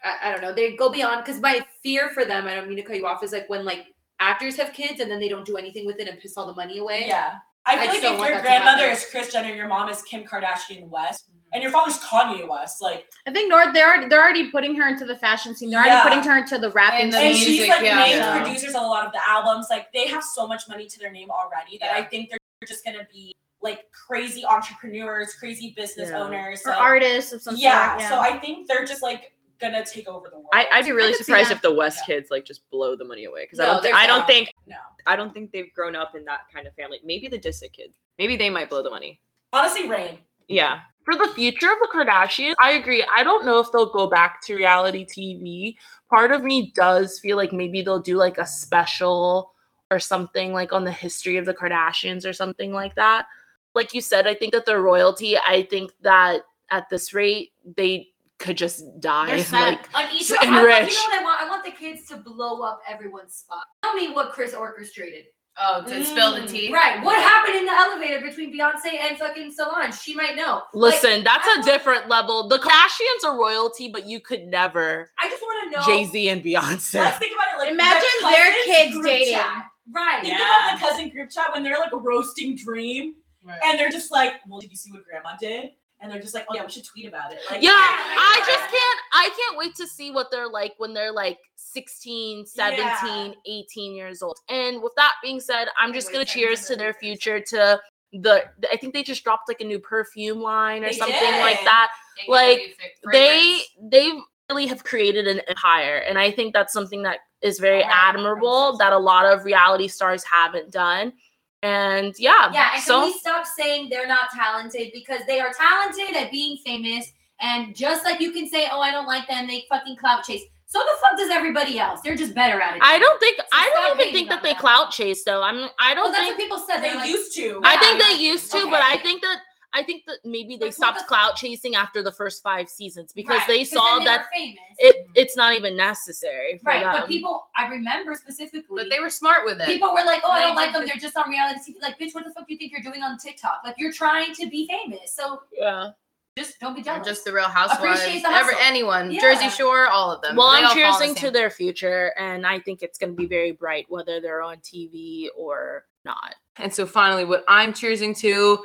Speaker 2: I, I don't know. They go beyond because my fear for them, I don't mean to cut you off, is like when like actors have kids and then they don't do anything with it and piss all the money away.
Speaker 5: yeah.
Speaker 2: I
Speaker 5: I feel
Speaker 2: just
Speaker 5: like if
Speaker 2: don't want
Speaker 5: your
Speaker 2: that to
Speaker 5: grandmother
Speaker 2: happen.
Speaker 5: is Chris Jenner, your mom is Kim Kardashian West, and your father's Kanye West, like,
Speaker 6: I think North. They're already, they're already putting her into the fashion scene. They're
Speaker 5: Yeah.
Speaker 6: already putting her into the rap
Speaker 1: And
Speaker 6: and the
Speaker 5: and
Speaker 6: music.
Speaker 5: she's like
Speaker 1: yeah.
Speaker 5: main
Speaker 6: Yeah.
Speaker 5: producers on a lot of the albums. Like they have so much money to their name already that I
Speaker 1: Yeah.
Speaker 5: think they're just gonna be like crazy entrepreneurs, crazy business
Speaker 7: Yeah.
Speaker 5: owners. So,
Speaker 6: or artists of some
Speaker 5: yeah,
Speaker 6: sort.
Speaker 5: So I think they're just like gonna take over the world.
Speaker 3: I, I'd be
Speaker 6: I
Speaker 3: really
Speaker 6: could see
Speaker 3: surprised
Speaker 6: that.
Speaker 3: if the West kids like just blow the money away because
Speaker 2: No,
Speaker 3: I don't. thi-
Speaker 2: they're
Speaker 3: I don't
Speaker 2: not.
Speaker 3: think.
Speaker 5: no.
Speaker 3: I don't think they've grown up in that kind of family. Maybe the Disick kids. Maybe they might blow the money.
Speaker 5: Honestly, rain.
Speaker 3: Yeah.
Speaker 7: For the future of the Kardashians, I agree. I don't know if they'll go back to reality TV. Part of me does feel like maybe they'll do like a special or something like on the history of the Kardashians or something like that. Like you said, I think that they're royalty. I think that at this rate, they could just die. *laughs*
Speaker 6: They're set.
Speaker 7: Like,
Speaker 2: On each
Speaker 7: So
Speaker 2: I want-
Speaker 7: enriched.
Speaker 2: You know what I want? I want the kids to blow up everyone's spot. Tell me what Chris orchestrated.
Speaker 1: Oh, to spill the
Speaker 5: Mm,
Speaker 1: tea.
Speaker 2: Right. What happened in the elevator between Beyonce and fucking Solange? She might know. Like,
Speaker 7: listen, that's
Speaker 2: I
Speaker 7: a different level. The Kardashians are royalty, but you could never
Speaker 2: I just want to know.
Speaker 7: Jay Z and Beyonce.
Speaker 5: Let's think about it. Like
Speaker 6: Imagine
Speaker 5: the
Speaker 6: their
Speaker 5: cousins
Speaker 6: kids
Speaker 5: group
Speaker 6: dating.
Speaker 5: chat.
Speaker 2: Right.
Speaker 5: Think about the cousin group chat when they're like roasting Dream, and they're just like, "Well, did you see what Grandma did?" And they're just like, "Oh yeah, we should tweet about it." Like,
Speaker 7: Yeah, I
Speaker 5: yeah.
Speaker 7: just can't. I can't wait to see what they're like when they're like 16, 17,
Speaker 5: Yeah.
Speaker 7: 18 years old. And with that being said, I'm just
Speaker 2: Wait,
Speaker 7: gonna
Speaker 2: I
Speaker 7: cheers to
Speaker 2: remember
Speaker 7: their
Speaker 2: this.
Speaker 7: future to the. I think they just dropped like a new perfume line or
Speaker 5: They
Speaker 7: something
Speaker 5: did.
Speaker 7: like that.
Speaker 1: They
Speaker 7: Like,
Speaker 1: give you
Speaker 7: They
Speaker 1: fragrance.
Speaker 7: they really have created an empire, and I think that's something that is very
Speaker 2: Oh,
Speaker 5: All right,
Speaker 7: admirable that a lot of reality stars haven't done. And yeah,
Speaker 2: Yeah, and
Speaker 7: so
Speaker 2: can we stop saying they're not talented because they are talented at being famous. And just like you can say, "Oh, I don't like them," they fucking clout chase. So the fuck does everybody else? They're just better at it.
Speaker 7: I don't think I
Speaker 2: stop
Speaker 7: don't even
Speaker 2: hating
Speaker 7: think
Speaker 2: on
Speaker 7: that they
Speaker 2: them.
Speaker 7: clout chase though. I'm I
Speaker 2: Well,
Speaker 7: don't
Speaker 2: that's
Speaker 7: think
Speaker 2: what people said.
Speaker 5: They
Speaker 2: They're like,
Speaker 5: used to.
Speaker 7: I
Speaker 2: Yeah,
Speaker 7: think
Speaker 2: yeah.
Speaker 7: they used to, but I think that I think that maybe they
Speaker 2: Like, what
Speaker 7: stopped
Speaker 2: the-
Speaker 7: clout chasing after the first five seasons because
Speaker 2: right,
Speaker 7: they
Speaker 2: then
Speaker 7: saw
Speaker 2: they
Speaker 7: that
Speaker 2: were famous.
Speaker 7: it um, it's not even necessary. For
Speaker 2: Right,
Speaker 7: them.
Speaker 2: but people, I remember specifically.
Speaker 1: But they were smart with it.
Speaker 2: People were like, "Oh, I
Speaker 1: They
Speaker 2: don't like
Speaker 1: did
Speaker 2: them. They're just on reality TV." Like, bitch, what the fuck do you think you're doing on TikTok? Like, you're trying to be famous, so
Speaker 7: yeah.
Speaker 2: just don't be
Speaker 1: They're
Speaker 2: jealous.
Speaker 1: just the Real Housewives.
Speaker 2: Appreciate the
Speaker 1: Every,
Speaker 2: hustle.
Speaker 1: anyone,
Speaker 2: Yeah.
Speaker 1: Jersey Shore, all of them.
Speaker 7: Well,
Speaker 1: They
Speaker 7: I'm
Speaker 1: all fall in the
Speaker 7: cheering
Speaker 1: same-
Speaker 7: to their future, and I think it's going to be very bright, whether they're on TV or not.
Speaker 1: And so finally, what I'm choosing to,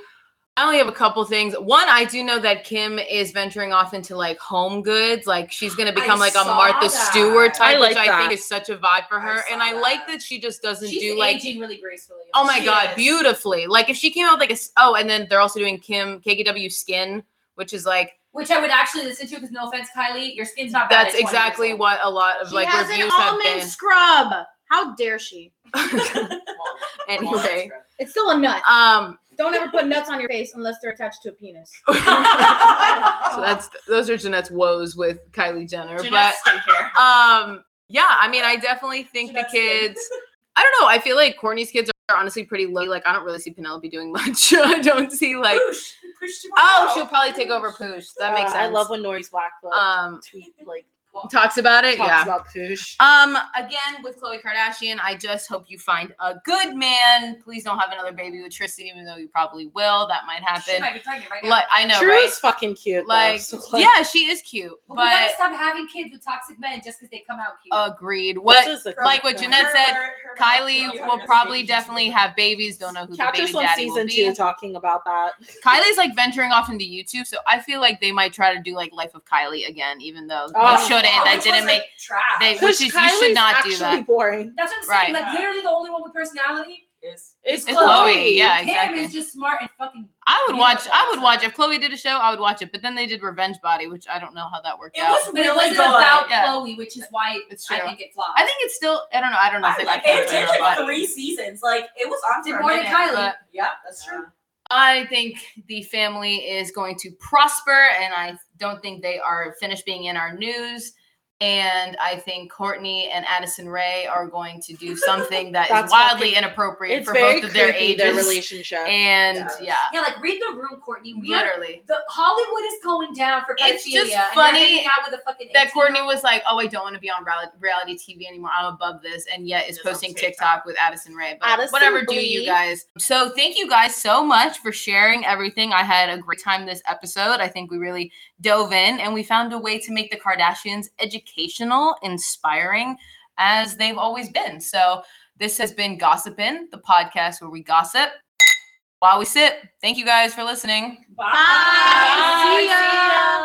Speaker 1: I only have a couple things. One, I do know that Kim is venturing off into like home goods. Like she's going to become like a
Speaker 5: saw
Speaker 1: Martha
Speaker 5: that.
Speaker 1: Stewart type,
Speaker 7: I like
Speaker 1: which I
Speaker 7: that.
Speaker 1: think is such a vibe for
Speaker 5: I
Speaker 1: her.
Speaker 5: saw
Speaker 1: and I like
Speaker 5: that.
Speaker 1: that she just doesn't
Speaker 2: She's
Speaker 1: do
Speaker 2: aging
Speaker 1: like
Speaker 2: really gracefully.
Speaker 1: Oh my
Speaker 5: She
Speaker 1: god,
Speaker 5: is.
Speaker 1: beautifully! Like if she came out with like a s- oh, and then they're also doing Kim KKW Skin, which is like
Speaker 2: Which I would actually listen to because no offense, Kylie, your skin's not bad.
Speaker 1: that's exactly what
Speaker 2: what.
Speaker 1: a lot of
Speaker 6: She
Speaker 1: like
Speaker 6: has an
Speaker 1: reviews
Speaker 6: almond scrub. How dare she?
Speaker 1: have been. *laughs*
Speaker 5: *laughs*
Speaker 1: anyway,
Speaker 6: It's still a nut.
Speaker 1: um,
Speaker 6: Don't ever put nuts on your face unless they're attached to a penis.
Speaker 1: so that's those are Jeanette's woes with Kylie Jenner,
Speaker 5: Ah. Jeanette's skincare.
Speaker 1: but um, yeah, I mean, I definitely think the
Speaker 5: Jeanette's skin.
Speaker 1: kids. I don't know. I feel like Courtney's kids are honestly pretty low. Like I don't really see Penelope doing *laughs* much. I don't see *laughs* like
Speaker 5: *laughs* Poosh. Poosh tomorrow.
Speaker 1: oh, she'll probably take over Poosh. That makes sense.
Speaker 7: Uh, I love when Nori's Blackfoot
Speaker 1: um
Speaker 7: tweet like
Speaker 1: talks about it.
Speaker 7: talks
Speaker 1: yeah.
Speaker 7: about Poosh.
Speaker 1: Um, again with Khloe Kardashian, I just hope you find a good man. Please don't have another baby with Tristan, even though you probably will. That might
Speaker 2: She
Speaker 1: happen.
Speaker 2: might be pregnant right now.
Speaker 1: Like I know,
Speaker 7: True
Speaker 1: right?
Speaker 7: is fucking cute. though,
Speaker 1: Like,
Speaker 7: so, *laughs*
Speaker 1: yeah, she is cute,
Speaker 2: But we gotta
Speaker 1: but
Speaker 2: stop having kids with toxic men just because they come out cute.
Speaker 1: agreed. What
Speaker 7: this is a-
Speaker 1: like what Jeanette said,
Speaker 5: you
Speaker 1: Kylie will
Speaker 5: have
Speaker 1: probably
Speaker 5: babies.
Speaker 1: definitely have babies. Don't know who the
Speaker 7: Catch
Speaker 1: baby
Speaker 7: us on
Speaker 1: daddy will
Speaker 7: season
Speaker 1: be.
Speaker 7: two talking about that.
Speaker 1: Kylie's like venturing off into YouTube, so I feel like they might try to do like Life of Kylie again, even though
Speaker 7: Oh.
Speaker 1: they shouldn't. That
Speaker 5: Which was,
Speaker 1: didn't make
Speaker 5: like, trash.
Speaker 1: they, which is you should
Speaker 7: Kylie's
Speaker 1: not do
Speaker 7: actually
Speaker 1: that.
Speaker 7: Boring.
Speaker 2: that's what I'm saying.
Speaker 1: right.
Speaker 2: Like literally the only one with personality.
Speaker 5: It's-
Speaker 7: It's,
Speaker 1: It's
Speaker 7: Chloe.
Speaker 1: Chloe, yeah,
Speaker 2: Kim
Speaker 1: exactly.
Speaker 2: is just smart and fucking.
Speaker 1: I would
Speaker 2: You
Speaker 1: watch.
Speaker 2: know,
Speaker 1: I would watch if Chloe did a show. I would watch it. But then they did Revenge Body, which I don't know how that worked
Speaker 5: It
Speaker 1: out.
Speaker 5: was
Speaker 2: But
Speaker 5: really
Speaker 2: it wasn't
Speaker 5: good.
Speaker 2: about
Speaker 1: Yeah.
Speaker 2: Chloe, which is why
Speaker 1: It's true.
Speaker 2: I think it flopped.
Speaker 1: I think it's still. I don't know. I don't know. if
Speaker 5: I
Speaker 1: they
Speaker 5: like
Speaker 1: got
Speaker 5: it. It
Speaker 1: canceled
Speaker 5: did
Speaker 1: or not,
Speaker 5: like
Speaker 1: but
Speaker 5: three seasons. Like it was on
Speaker 2: Did
Speaker 5: for a
Speaker 2: more than
Speaker 5: minute.
Speaker 2: Kylie.
Speaker 1: but
Speaker 5: Yeah, that's true.
Speaker 1: I think the family is going to prosper, and I don't think they are finished being in our news. And I think Courtney and Addison Ray are going to do something that is
Speaker 7: *laughs* That's
Speaker 1: wildly
Speaker 7: fucking-
Speaker 1: inappropriate
Speaker 7: It's
Speaker 1: for
Speaker 7: very
Speaker 1: both
Speaker 7: creepy.
Speaker 1: of their
Speaker 7: Their
Speaker 1: ages.
Speaker 7: relationship.
Speaker 1: And yeah,
Speaker 2: yeah, like read the room, Courtney. We are
Speaker 1: literally.
Speaker 2: the Hollywood is going down for pedophilia.
Speaker 1: It's just
Speaker 2: and you're
Speaker 1: funny
Speaker 2: hanging out with a fucking
Speaker 1: that
Speaker 2: 18
Speaker 1: Courtney was like, "Oh, I don't want to be on reality, reality TV anymore. I'm above this," and yet is
Speaker 5: It's on
Speaker 1: posting
Speaker 5: TikTok.
Speaker 1: TikTok with Addison Ray. But
Speaker 7: Addison
Speaker 1: whatever, do
Speaker 7: Rae.
Speaker 1: you guys? So thank you guys so much for sharing everything. I had a great time this episode. I think we really dove in and we found a way to make the Kardashians educational, inspiring, as they've always been. So this has been Gossipin', the podcast where we gossip while we sip. Thank you guys for listening.
Speaker 5: Bye.
Speaker 6: Bye. See ya.